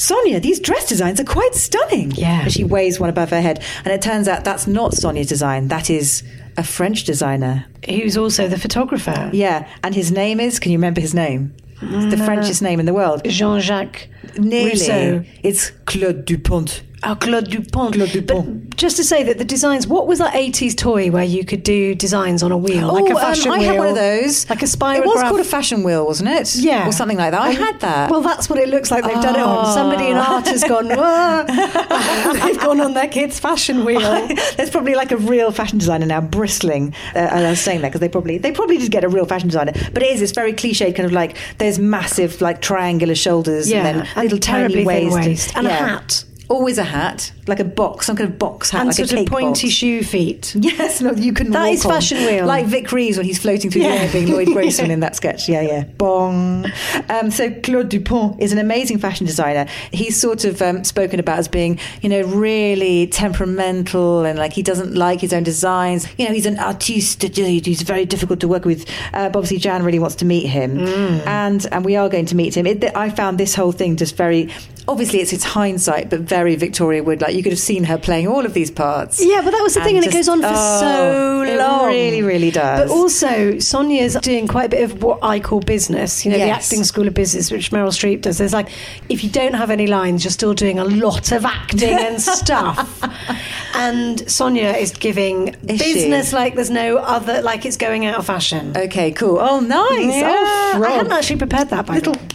Speaker 3: Sonia, these dress designs are quite stunning.
Speaker 4: Yeah.
Speaker 3: And she waves one above her head. And it turns out that's not Sonia's design. That is a French designer.
Speaker 4: He was also the photographer.
Speaker 3: Yeah, and his name is. Can you remember his name?
Speaker 4: Mm,
Speaker 3: It's the Frenchest name in the world.
Speaker 4: Jean-Jacques
Speaker 3: Nearly,
Speaker 4: Rousseau.
Speaker 3: it's Claude Dupont.
Speaker 4: Oh, Claude Dupont.
Speaker 3: Claude Dupont.
Speaker 4: But just to say that the designs, what was that 80s toy where you could do designs on a wheel?
Speaker 3: Oh,
Speaker 4: like a
Speaker 3: um,
Speaker 4: fashion
Speaker 3: I
Speaker 4: wheel.
Speaker 3: had one of those.
Speaker 4: Like a
Speaker 3: It was
Speaker 4: spirograph.
Speaker 3: called a fashion wheel, wasn't it?
Speaker 4: yeah.
Speaker 3: or something like that. I
Speaker 4: And-
Speaker 3: had that.
Speaker 4: Well, that's what it looks like they've done it on. Somebody, an art has gone, "Whoa." they've gone on their kid's fashion wheel.
Speaker 3: there's probably like a real fashion designer now bristling. Uh, and I was saying that because they probably they probably did get a real fashion designer, but it is it's very cliched, kind of like there's massive like triangular shoulders
Speaker 4: Yeah,
Speaker 3: and then
Speaker 4: and
Speaker 3: little tiny
Speaker 4: terribly thin
Speaker 3: waist,
Speaker 4: waist. And a hat.
Speaker 3: Always a hat, like a box, some kind of box hat,
Speaker 4: and
Speaker 3: like
Speaker 4: sort
Speaker 3: a
Speaker 4: of
Speaker 3: cake box.
Speaker 4: pointy shoe feet.
Speaker 3: Yes, no, you couldn't.
Speaker 4: That
Speaker 3: walk
Speaker 4: is
Speaker 3: on.
Speaker 4: fashion wheel.
Speaker 3: like Vic Reeves when he's floating through
Speaker 4: Yeah.
Speaker 3: the air, being Lloyd Grossman in that sketch. Yeah, yeah, bong. Um, so Claude Dupont is an amazing fashion designer. He's sort of um, spoken about as being, you know, really temperamental and like he doesn't like his own designs. You know, he's an artiste. He's very difficult to work with. Uh, but obviously, Jan really wants to meet him,
Speaker 4: Mm.
Speaker 3: and and we are going to meet him. It, I found this whole thing just very. Obviously, it's it's hindsight, but very Victoria Wood. Like you could have seen her playing all of these parts.
Speaker 4: Yeah, but that was the thing, and it
Speaker 3: just-
Speaker 4: goes on for
Speaker 3: oh,
Speaker 4: so long.
Speaker 3: It really, really does.
Speaker 4: But also, Sonia's doing quite a bit of what I call business, you know, the
Speaker 3: Yes.
Speaker 4: acting school of business, which Meryl Streep does. There's like, if you don't have any lines, you're still doing a lot of acting and stuff. and Sonia is giving
Speaker 3: Is she?
Speaker 4: business like there's no other, like it's going out of fashion.
Speaker 3: okay, cool. Oh, nice.
Speaker 4: Yeah.
Speaker 3: Oh,
Speaker 4: I
Speaker 3: frog.
Speaker 4: hadn't actually prepared that by the
Speaker 3: Little-
Speaker 4: way.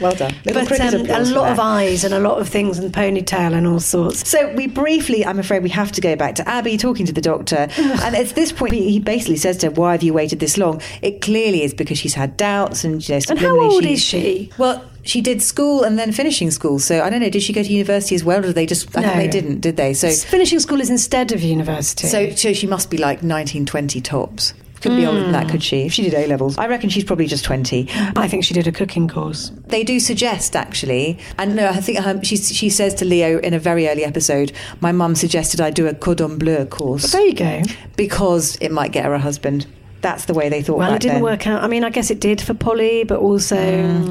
Speaker 3: Well done. Little
Speaker 4: But
Speaker 3: cricket
Speaker 4: um, a
Speaker 3: applause for
Speaker 4: lot of
Speaker 3: that.
Speaker 4: eyes and a lot of things and ponytail and all sorts.
Speaker 3: So we briefly, I'm afraid, we have to go back to Abby talking to the doctor, and at this point, he he basically says to her, "Why have you waited this long?" It clearly is because she's had doubts, and you know,
Speaker 4: And how
Speaker 3: subliminally
Speaker 4: old is she?
Speaker 3: Well, she did school and then finishing school, so I don't know. Did she go to university as well, or did they just? I
Speaker 4: No.
Speaker 3: think they didn't, did they? So,
Speaker 4: Finishing school is instead of university.
Speaker 3: so, so she must be like 19, 20 tops. Could be older than
Speaker 4: Hmm.
Speaker 3: that, could she? If she did A levels, I reckon she's probably just twenty.
Speaker 4: I think she did a cooking course.
Speaker 3: They do suggest, actually, and no, I think her, she she says to Leo in a very early episode, "My mum suggested I do a cordon bleu course
Speaker 4: There you go.
Speaker 3: because it might get her a husband." That's the way they thought.
Speaker 4: Well,
Speaker 3: back
Speaker 4: it didn't
Speaker 3: then.
Speaker 4: work out. I mean, I guess it did for Polly, but also.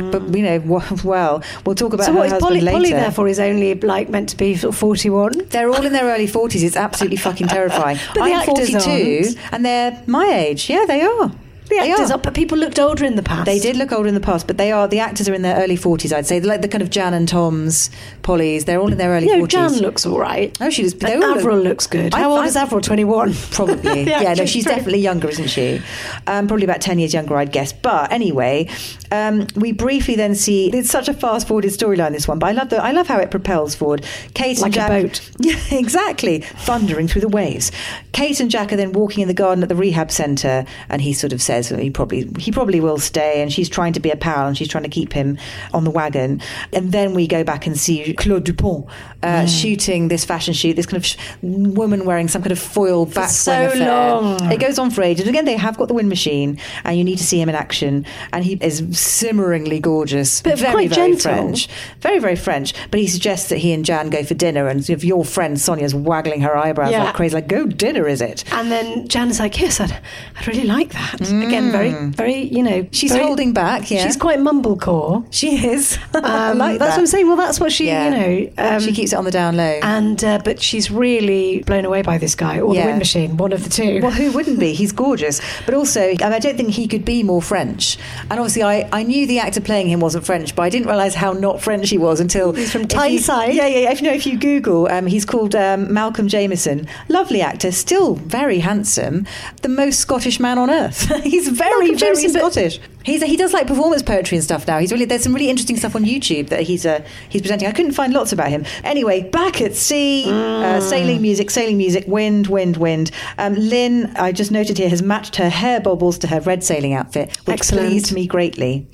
Speaker 3: But you know, w- well, we'll talk about
Speaker 4: So
Speaker 3: her
Speaker 4: what is
Speaker 3: husband
Speaker 4: Polly?
Speaker 3: later.
Speaker 4: Polly therefore is only like meant to be sort of forty-one.
Speaker 3: They're all in their early forties. It's absolutely fucking terrifying.
Speaker 4: But the
Speaker 3: I'm
Speaker 4: actors
Speaker 3: 42, and they're my age. Yeah, they are. The
Speaker 4: Yeah,
Speaker 3: actors are.
Speaker 4: but people looked older in the past.
Speaker 3: They did look older in the past, but they are the actors are in their early forties. I'd say, like the kind of Jan and Tom's, Polly's. They're all in their early
Speaker 4: No,
Speaker 3: forties.
Speaker 4: Jan looks all right.
Speaker 3: Oh, she does- they
Speaker 4: And
Speaker 3: all look-
Speaker 4: Avril looks good.
Speaker 3: I-
Speaker 4: How old
Speaker 3: I-
Speaker 4: is Avril? Twenty-one.
Speaker 3: Probably. yeah, no, she's
Speaker 4: very-
Speaker 3: definitely younger, isn't she? Um, probably about 10 years younger, I'd guess. But anyway, um, we briefly then see it's such a fast forwarded storyline, this one, but I love the, I love how it propels forward. Kate and
Speaker 4: Like a
Speaker 3: Jack.
Speaker 4: boat.
Speaker 3: Yeah, exactly. Thundering through the waves. Kate and Jack are then walking in the garden at the rehab centre, and he sort of says that he probably, he probably will stay, and she's trying to be a pal and she's trying to keep him on the wagon. And then we go back and see Claude Dupont uh, shooting this fashion shoot, this kind of sh- woman wearing some kind of foil back
Speaker 4: so
Speaker 3: affair.
Speaker 4: long.
Speaker 3: It goes on for ages. Again, they have got the wind machine, and you need to see him in action. And he is simmeringly gorgeous,
Speaker 4: But
Speaker 3: very,
Speaker 4: quite
Speaker 3: very
Speaker 4: gentle.
Speaker 3: French, very, very French. But he suggests that he and Jan go for dinner, and if your friend Sonia's waggling her eyebrows
Speaker 4: Yeah.
Speaker 3: like crazy, like go dinner is it?
Speaker 4: And then Jan's like, yes, I'd, I'd really like that. again, very, very, you know,
Speaker 3: She's
Speaker 4: very-
Speaker 3: holding back, yeah.
Speaker 4: she's quite mumblecore.
Speaker 3: She is. I
Speaker 4: Um,
Speaker 3: like
Speaker 4: that's
Speaker 3: that.
Speaker 4: what I'm saying. Well, that's what she, you know, um,
Speaker 3: she keeps it on the down low.
Speaker 4: and uh, but she's really blown away by this guy or
Speaker 3: Yeah.
Speaker 4: the wind machine, one of the two.
Speaker 3: Well, who wouldn't be? He's gorgeous. But also, I, mean, I don't think he could be more French. And obviously, I, I knew the actor playing him wasn't French, but I didn't realise how not French he was until. He's
Speaker 4: from Tyneside.
Speaker 3: Yeah, yeah, yeah. If you know, if you Google, um, he's called um, Malcolm Jameson. Lovely actor, still very handsome, the most Scottish man on earth. he's very,
Speaker 4: Malcolm
Speaker 3: very
Speaker 4: Jameson, but-
Speaker 3: Scottish. He's, he does like performance poetry and stuff now. He's really there's some really interesting stuff on YouTube that he's uh, he's presenting. I couldn't find lots about him. Anyway, back at sea, uh, sailing music, sailing music, wind, wind, wind. Um, Lynn, I just noted here, has matched her hair bobbles to her red sailing outfit, which
Speaker 4: Excellent.
Speaker 3: pleased me greatly.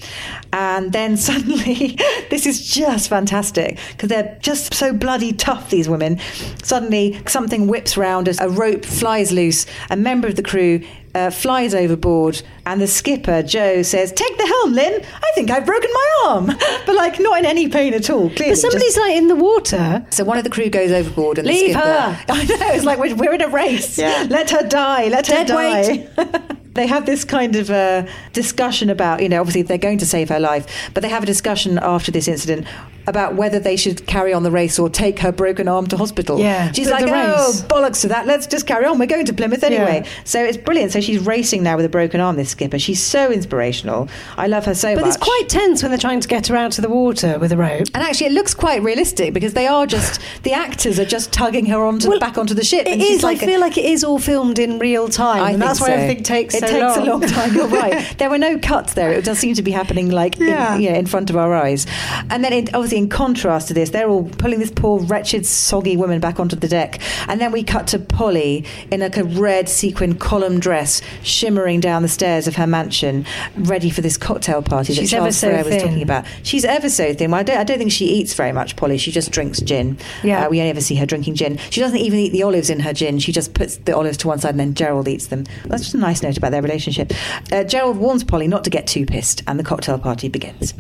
Speaker 3: And then suddenly, this is just fantastic because they're just so bloody tough. These women. Suddenly, something whips round, a a rope flies loose. A member of the crew uh, flies overboard, and the skipper, Joe, says, Take the helm, Lynn. I think I've broken my arm. but, like, not in any pain at all, clearly.
Speaker 4: but somebody's
Speaker 3: just-
Speaker 4: like in the water.
Speaker 3: So one of the crew goes overboard and
Speaker 4: Leave
Speaker 3: the skipper.
Speaker 4: her.
Speaker 3: I know, it's like we're, we're in a race. Let her die. Let
Speaker 4: Dead
Speaker 3: her die.
Speaker 4: weight.
Speaker 3: They have this kind of uh, discussion about, you know, obviously they're going to save her life, but they have a discussion after this incident about whether they should carry on the race or take her broken arm to hospital.
Speaker 4: Yeah.
Speaker 3: She's
Speaker 4: The-
Speaker 3: like,
Speaker 4: the
Speaker 3: oh,
Speaker 4: race."
Speaker 3: bollocks to that. Let's just carry on. We're going to Plymouth anyway.
Speaker 4: Yeah.
Speaker 3: So it's brilliant. So she's racing now with a broken arm, this skipper. She's so inspirational. I love her so
Speaker 4: But
Speaker 3: much.
Speaker 4: it's quite tense when they're trying to get her out of the water with a rope.
Speaker 3: And actually, it looks quite realistic because they are just the actors are just tugging her onto
Speaker 4: Well,
Speaker 3: back onto the ship.
Speaker 4: It
Speaker 3: and she's
Speaker 4: is. I feel like it is all filmed in real time.
Speaker 3: I
Speaker 4: and
Speaker 3: think
Speaker 4: that's why
Speaker 3: so.
Speaker 4: everything takes
Speaker 3: it
Speaker 4: so
Speaker 3: takes
Speaker 4: long.
Speaker 3: a long time. You're right. There were no cuts there. It does seem to be happening like
Speaker 4: Yeah.
Speaker 3: in, you know, in front of our eyes. And then, it, obviously, in contrast to this, they're all pulling this poor, wretched, soggy woman back onto the deck. And then we cut to Polly in like a red sequin column dress, shimmering down the stairs of her mansion, ready for this cocktail party
Speaker 4: She's
Speaker 3: that
Speaker 4: ever
Speaker 3: Charles
Speaker 4: so
Speaker 3: Frere was
Speaker 4: thin.
Speaker 3: talking about. She's ever so thin. Well, I don't, I don't think she eats very much, Polly. She just drinks gin.
Speaker 4: Yeah.
Speaker 3: Uh, we only ever see her drinking gin. She doesn't even eat the olives in her gin. She just puts the olives to one side and then Gerald eats them. That's just a nice note about their relationship. Uh, Gerald warns Polly not to get too pissed, and the cocktail party begins.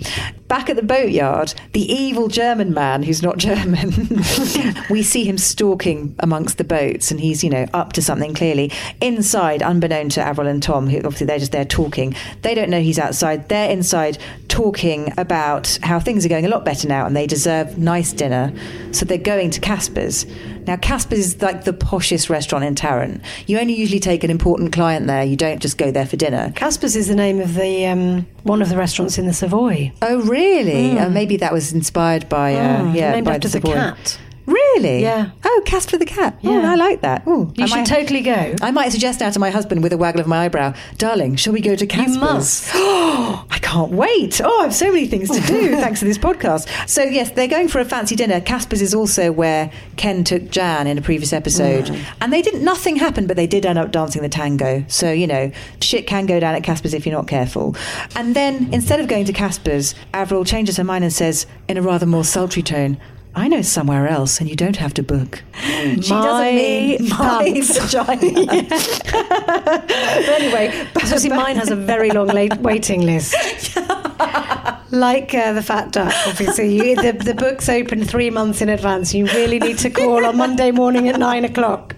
Speaker 3: Back at the boatyard, the evil German man, who's not German, we see him stalking amongst the boats, and he's, you know, up to something clearly. Inside, unbeknown to Avril and Tom, who obviously they're just there talking, they don't know he's outside. They're inside talking about how things are going a lot better now and they deserve nice dinner. So they're going to Casper's. Now, Casper's is like the poshest restaurant in Tarrant. You only usually take an important client there, you don't just go there for dinner.
Speaker 4: Casper's is the name of the um, one of the restaurants in the Savoy.
Speaker 3: Oh, really? Uh, maybe that was inspired by, uh, yeah,
Speaker 4: Hmm. Oh, named
Speaker 3: by
Speaker 4: after the
Speaker 3: Savoy.
Speaker 4: cat.
Speaker 3: Really?
Speaker 4: Yeah.
Speaker 3: Oh, Casper the cat. Oh,
Speaker 4: Yeah.
Speaker 3: I like that. Ooh,
Speaker 4: You
Speaker 3: I
Speaker 4: should
Speaker 3: might-
Speaker 4: totally go.
Speaker 3: I might suggest now to my husband with a waggle of my eyebrow, darling, shall we go to Casper's?
Speaker 4: must.
Speaker 3: I can't wait. Oh, I have so many things to do thanks to this podcast. So, yes, they're going for a fancy dinner. Casper's is also where Ken took Jan in a previous episode. And they didn't, nothing happened, but they did end up dancing the tango. So, you know, shit can go down at Casper's if you're not careful. And then instead of going to Casper's, Avril changes her mind and says, in a rather more sultry tone, I know somewhere else, and you don't have to book. She
Speaker 4: My
Speaker 3: doesn't mean my
Speaker 4: pants.
Speaker 3: vagina.
Speaker 4: anyway, obviously mine has a very long la- waiting list. Like uh, the fat duck, obviously. You, the, the book's open three months in advance. You really need to call on Monday morning at nine o'clock.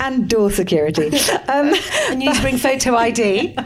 Speaker 3: and door security. Um,
Speaker 4: And you need to bring photo ID.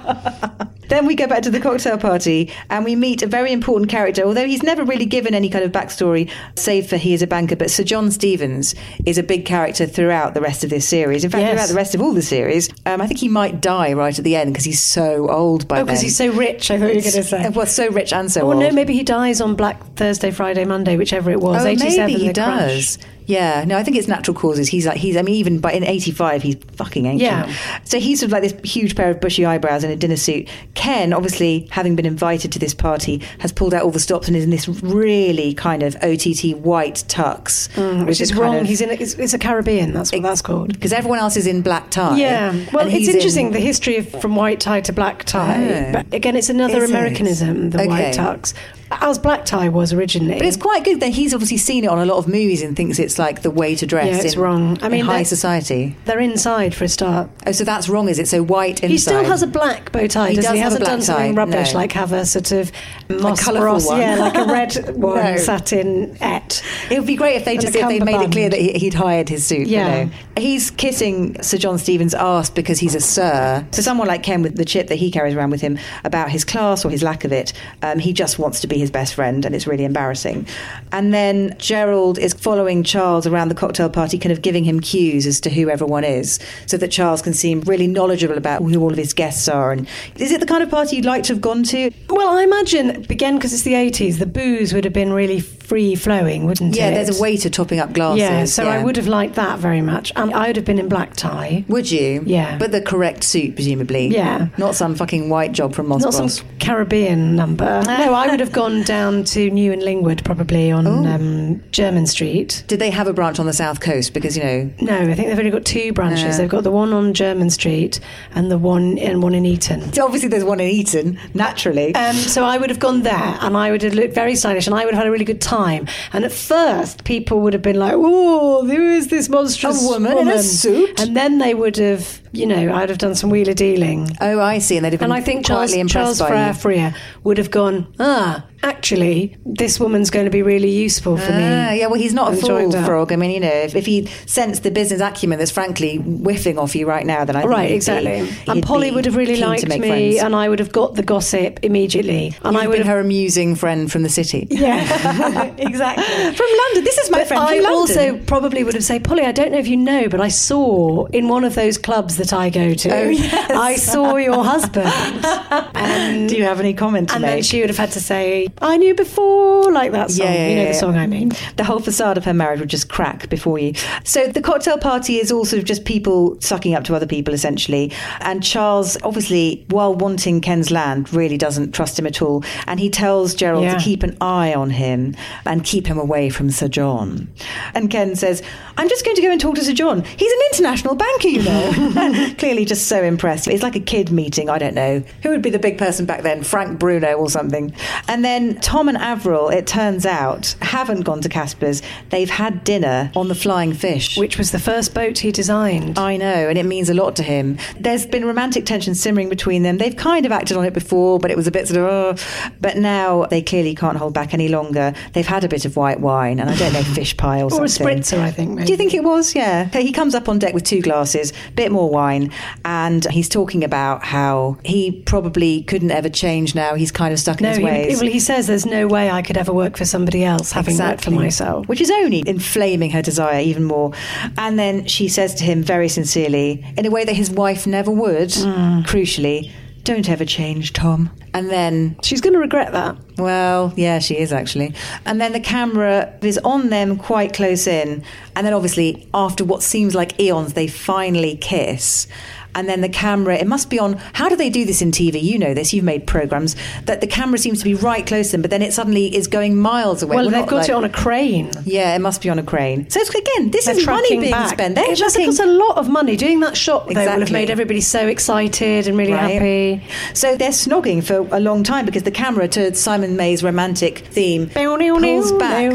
Speaker 3: Then we go back to the cocktail party and we meet a very important character, although he's never really given any kind of backstory, save for he is a banker. But Sir John Stevens is a big character throughout the rest of this series. In fact,
Speaker 4: Yes.
Speaker 3: throughout the rest of all the series. Um, I think he might die right at the end because he's so old by
Speaker 4: Oh, because
Speaker 3: then. uh,
Speaker 4: he's so rich, I thought you were going to say.
Speaker 3: Well, so rich and so
Speaker 4: Or
Speaker 3: old.
Speaker 4: no, maybe he dies on Black Thursday, Friday, Monday, whichever it was.
Speaker 3: Oh,
Speaker 4: 87,
Speaker 3: maybe he
Speaker 4: the crash.
Speaker 3: does. Yeah, no, I think it's natural causes. He's like he's. I mean, even by in '85, he's fucking ancient.
Speaker 4: Yeah.
Speaker 3: So he's sort of like this huge pair of bushy eyebrows and a dinner suit. Ken, obviously having been invited to this party, has pulled out all the stops and is in this really kind of OTT white tux,
Speaker 4: Mm, Which is wrong. he's in. A, it's, it's a Caribbean. That's what that's called.
Speaker 3: because everyone else is in black tie.
Speaker 4: Yeah. Well,
Speaker 3: and
Speaker 4: it's
Speaker 3: he's in-
Speaker 4: interesting the history of from white tie to black tie.
Speaker 3: Oh.
Speaker 4: But again, it's another
Speaker 3: Is it?
Speaker 4: Americanism, the
Speaker 3: Okay.
Speaker 4: white tux. as black tie was originally.
Speaker 3: But it's quite good that he's obviously seen it on a lot of movies and thinks it's like the way to dress.
Speaker 4: Yeah, it's
Speaker 3: in,
Speaker 4: wrong. I
Speaker 3: in
Speaker 4: mean,
Speaker 3: high
Speaker 4: that-
Speaker 3: society.
Speaker 4: They're inside for a start.
Speaker 3: Oh, so that's wrong, is it? So white inside.
Speaker 4: He still has a black bow tie.
Speaker 3: He
Speaker 4: doesn't
Speaker 3: does
Speaker 4: he?
Speaker 3: have a
Speaker 4: hasn't
Speaker 3: black
Speaker 4: done something
Speaker 3: tie,
Speaker 4: rubbish
Speaker 3: no.
Speaker 4: like have a sort of moss
Speaker 3: colourful
Speaker 4: brass-
Speaker 3: one.
Speaker 4: yeah, like a red one,
Speaker 3: No.
Speaker 4: satin et.
Speaker 3: It would be great if they
Speaker 4: And
Speaker 3: just
Speaker 4: a
Speaker 3: if they made it clear
Speaker 4: cummerbund.
Speaker 3: that he- he'd hired his suit.
Speaker 4: Yeah.
Speaker 3: You know? He's kissing Sir John Stevens' ass because he's a sir. So someone like Ken with the chip that he carries around with him about his class or his lack of it, um, he just wants to be his best friend, and it's really embarrassing. And then Gerald is following Charles around the cocktail party, kind of giving him cues as to who everyone is, so that Charles can seem really knowledgeable about who all of his guests are. And is it the kind of party you'd like to have gone to?
Speaker 4: Well, I imagine again because it's the eighties, the booze would have been really free flowing, wouldn't
Speaker 3: Yeah,
Speaker 4: it?
Speaker 3: there's a way to topping up glasses.
Speaker 4: Yeah, so I
Speaker 3: yeah.
Speaker 4: would have liked that very much, and I would have been in black tie.
Speaker 3: Would you?
Speaker 4: Yeah.
Speaker 3: But the correct suit, presumably.
Speaker 4: Yeah.
Speaker 3: Not some fucking white job from Moss
Speaker 4: Not some Caribbean number.
Speaker 3: Ah.
Speaker 4: No, I would have gone down to New and Lingwood probably on um, German Street.
Speaker 3: Did they have a branch on the south coast? Because you know,
Speaker 4: No, I think they've only got two branches.
Speaker 3: Ah.
Speaker 4: They've got the one on German Street and the one and one in Eton.
Speaker 3: obviously there's one in Eton. Naturally.
Speaker 4: Um, so I would have gone there, and I would have looked very stylish, and I would have had a really good time. And at first, people would have been like, "Oh, who is this monstrous
Speaker 3: A woman in a suit?
Speaker 4: And then they would have, you know, I'd have done some wheeler dealing.
Speaker 3: oh, I see. And they'd have been
Speaker 4: And I think Charles,
Speaker 3: quietly impressed
Speaker 4: Charles
Speaker 3: by
Speaker 4: Frere
Speaker 3: you.
Speaker 4: Freer would have gone, ah, actually, this woman's going to be really useful for
Speaker 3: Ah,
Speaker 4: me.
Speaker 3: yeah, well, he's not a
Speaker 4: And
Speaker 3: fool,
Speaker 4: joined up.
Speaker 3: Frog. I mean, you know, if, if he sensed the business acumen that's frankly whiffing off you right now, then I think
Speaker 4: Right,
Speaker 3: he'd be-
Speaker 4: exactly.
Speaker 3: he'd
Speaker 4: and Polly
Speaker 3: be
Speaker 4: would have really
Speaker 3: keen
Speaker 4: liked
Speaker 3: to
Speaker 4: me,
Speaker 3: make friends.
Speaker 4: and I would have got the gossip immediately. And I
Speaker 3: You've
Speaker 4: would
Speaker 3: been
Speaker 4: have.
Speaker 3: her amusing friend from the city.
Speaker 4: Yeah, exactly.
Speaker 3: From London. This is my
Speaker 4: But
Speaker 3: friend
Speaker 4: I
Speaker 3: from London.
Speaker 4: also probably would have said, Polly, I don't know if you know, but I saw in one of those clubs that I go to,
Speaker 3: Oh, yes.
Speaker 4: I saw your husband. and
Speaker 3: Do you have any comment to
Speaker 4: and
Speaker 3: make?
Speaker 4: then she would have had to say, I knew before, like that song.
Speaker 3: Yeah, yeah,
Speaker 4: you know
Speaker 3: yeah,
Speaker 4: the
Speaker 3: yeah.
Speaker 4: song I mean.
Speaker 3: the whole facade of her marriage would just crack before you. So the cocktail party is all sort of just people sucking up to other people, essentially. And Charles, obviously, while wanting Ken's land, really doesn't trust him at all. And he tells Gerald
Speaker 4: Yeah.
Speaker 3: to keep an eye on him and keep him away from Sir John. And Ken says, I'm just going to go and talk to Sir John. He's an international banker, you know. Clearly, just so impressed. It's like a kid meeting. I don't know. Who would be the big person back then? Frank Bruno or something. And then Tom and Avril, it turns out, haven't gone to Casper's. They've had dinner on the Flying Fish.
Speaker 4: Which was the first boat he designed.
Speaker 3: I know, and it means a lot to him. There's been romantic tension simmering between them. They've kind of acted on it before, but it was a bit sort of, oh. but now they clearly can't hold back any longer. They've had a bit of white wine, and I don't know, fish pie or,
Speaker 4: Or a
Speaker 3: something.
Speaker 4: spritzer, I think,
Speaker 3: Do
Speaker 4: maybe.
Speaker 3: you think it was? Yeah. Okay, He comes up on deck with two glasses, bit more wine, and he's talking about how he probably couldn't ever change now. He's kind of stuck in
Speaker 4: No,
Speaker 3: his
Speaker 4: he,
Speaker 3: ways.
Speaker 4: well, he says there's no way I could ever work for somebody else, having worked for
Speaker 3: Exactly.
Speaker 4: myself.
Speaker 3: Which is only inflaming her desire even more. And then she says to him very sincerely, in a way that his wife never would,
Speaker 4: Mm.
Speaker 3: crucially, don't ever change, Tom. And then,
Speaker 4: She's going to regret that.
Speaker 3: well, yeah, she is actually. And then the camera is on them quite close in. And then, obviously, after what seems like eons, they finally kiss. And then the camera, it must be on. How do they do this in TV? You know this, you've made programs. That the camera seems to be right close to them, but then it suddenly is going miles away.
Speaker 4: Well,
Speaker 3: We're
Speaker 4: they've
Speaker 3: not,
Speaker 4: got
Speaker 3: like-
Speaker 4: it on a crane.
Speaker 3: yeah, it must be on a crane. So it's, again, this
Speaker 4: They're
Speaker 3: is money
Speaker 4: tracking
Speaker 3: being
Speaker 4: back.
Speaker 3: spent. They're
Speaker 4: it must have
Speaker 3: tracking.
Speaker 4: cost a lot of money. Doing that shot, though, will have
Speaker 3: Exactly.
Speaker 4: made everybody so excited and really
Speaker 3: Right.
Speaker 4: happy.
Speaker 3: So they're snogging for a long time because the camera, to Simon May's romantic theme, pulls back.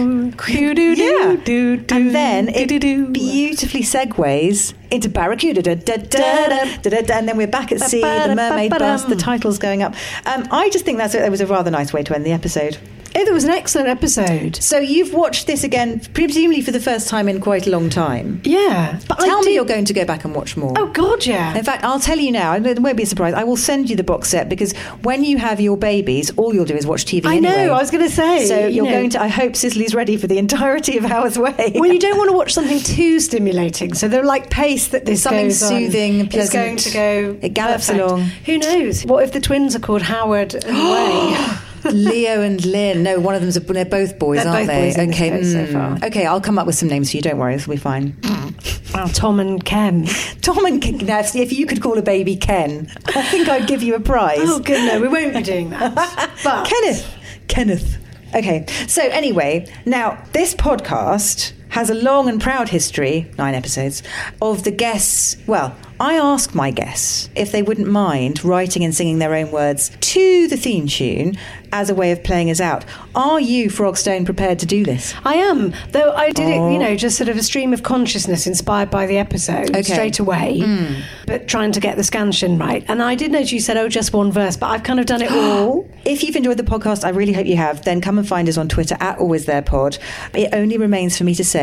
Speaker 3: Yeah. And then it beautifully segues into Barracuda. Da, da, da, da, da, da, da. and then we're back at sea, the mermaid bust, the title's going up. Um, I just think that's a, that was a rather nice way to end the episode.
Speaker 4: It was an excellent episode.
Speaker 3: So you've watched this again, presumably for the first time in quite a long time.
Speaker 4: Yeah, but
Speaker 3: Tell
Speaker 4: I
Speaker 3: me
Speaker 4: did-
Speaker 3: you're going to go back and watch more.
Speaker 4: Oh God, yeah.
Speaker 3: In fact, I'll tell you now. It won't be a surprise. I will send you the box set because when you have your babies, all you'll do is watch TV.
Speaker 4: I know,
Speaker 3: anyway.
Speaker 4: I was gonna say,
Speaker 3: So
Speaker 4: you
Speaker 3: you're
Speaker 4: know.
Speaker 3: going to. I hope Cicely's ready for the entirety of Hours Way.
Speaker 4: Well, you don't want to watch something too stimulating. So they're like pace that this
Speaker 3: Something
Speaker 4: goes on
Speaker 3: soothing,
Speaker 4: is
Speaker 3: pleasant.
Speaker 4: going to go.
Speaker 3: It gallops
Speaker 4: perfect.
Speaker 3: along.
Speaker 4: Who knows? What if the twins are called Howard and Way?
Speaker 3: Leo and Lynn. No, one of them's a, they're both boys,
Speaker 4: They're
Speaker 3: aren't
Speaker 4: both
Speaker 3: they?
Speaker 4: boys in this
Speaker 3: okay, hmm.
Speaker 4: case so far.
Speaker 3: okay. I'll come up with some names for you. Don't worry, it'll be fine.
Speaker 4: Well, Tom and Ken.
Speaker 3: Tom and Ken. Now, if if you could call a baby Ken, I think I'd give you a prize.
Speaker 4: Oh good, no, we won't be doing that. But
Speaker 3: Kenneth. Kenneth. Okay. So anyway, now this podcast has a long and proud history, nine episodes, of the guests, well, I ask my guests if they wouldn't mind writing and singing their own words to the theme tune as a way of playing us out. Are you, Frogstone, prepared to do this?
Speaker 4: I am, though I did it, you know, just sort of a stream of consciousness inspired by the episode straight away, but trying to get the scansion right. And I did notice you said, oh, just one verse, but I've kind of done it all.
Speaker 3: If you've enjoyed the podcast, I really hope you have, then come and find us on Twitter at Always There Pod. It only remains for me to say,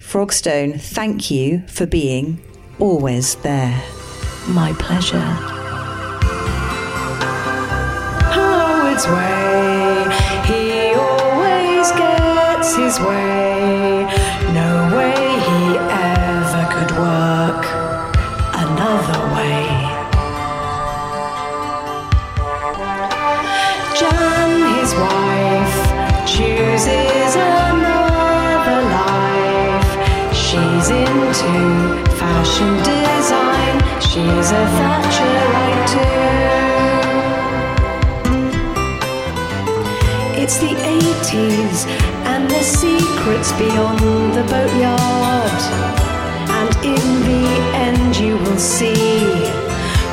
Speaker 3: Frogstone, thank you for being always there.
Speaker 4: My pleasure. Howard's way. He always gets his way. No way he ever could work another way. Jan, his wife, chooses another life. She's into fashion design. She's a Thatcherite too. It's the 80s and the secrets beyond the boatyard. And in the end, you will see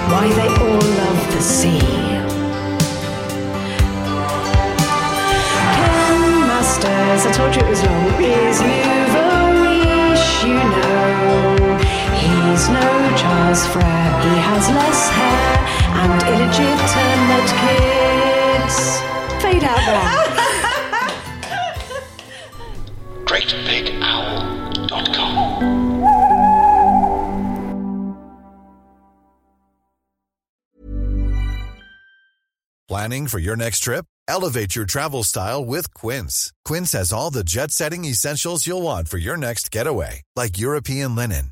Speaker 4: why they all love the sea. Ken Masters, I told you it was long, is Nuverish, you know. He's no Charles Frere, he has less hair and illegitimate kids. Fade out there.
Speaker 2: GreatBigOwl.com.
Speaker 1: Planning for your next trip? Elevate your travel style with Quince. Quince has all the jet setting essentials you'll want for your next getaway, like European linen,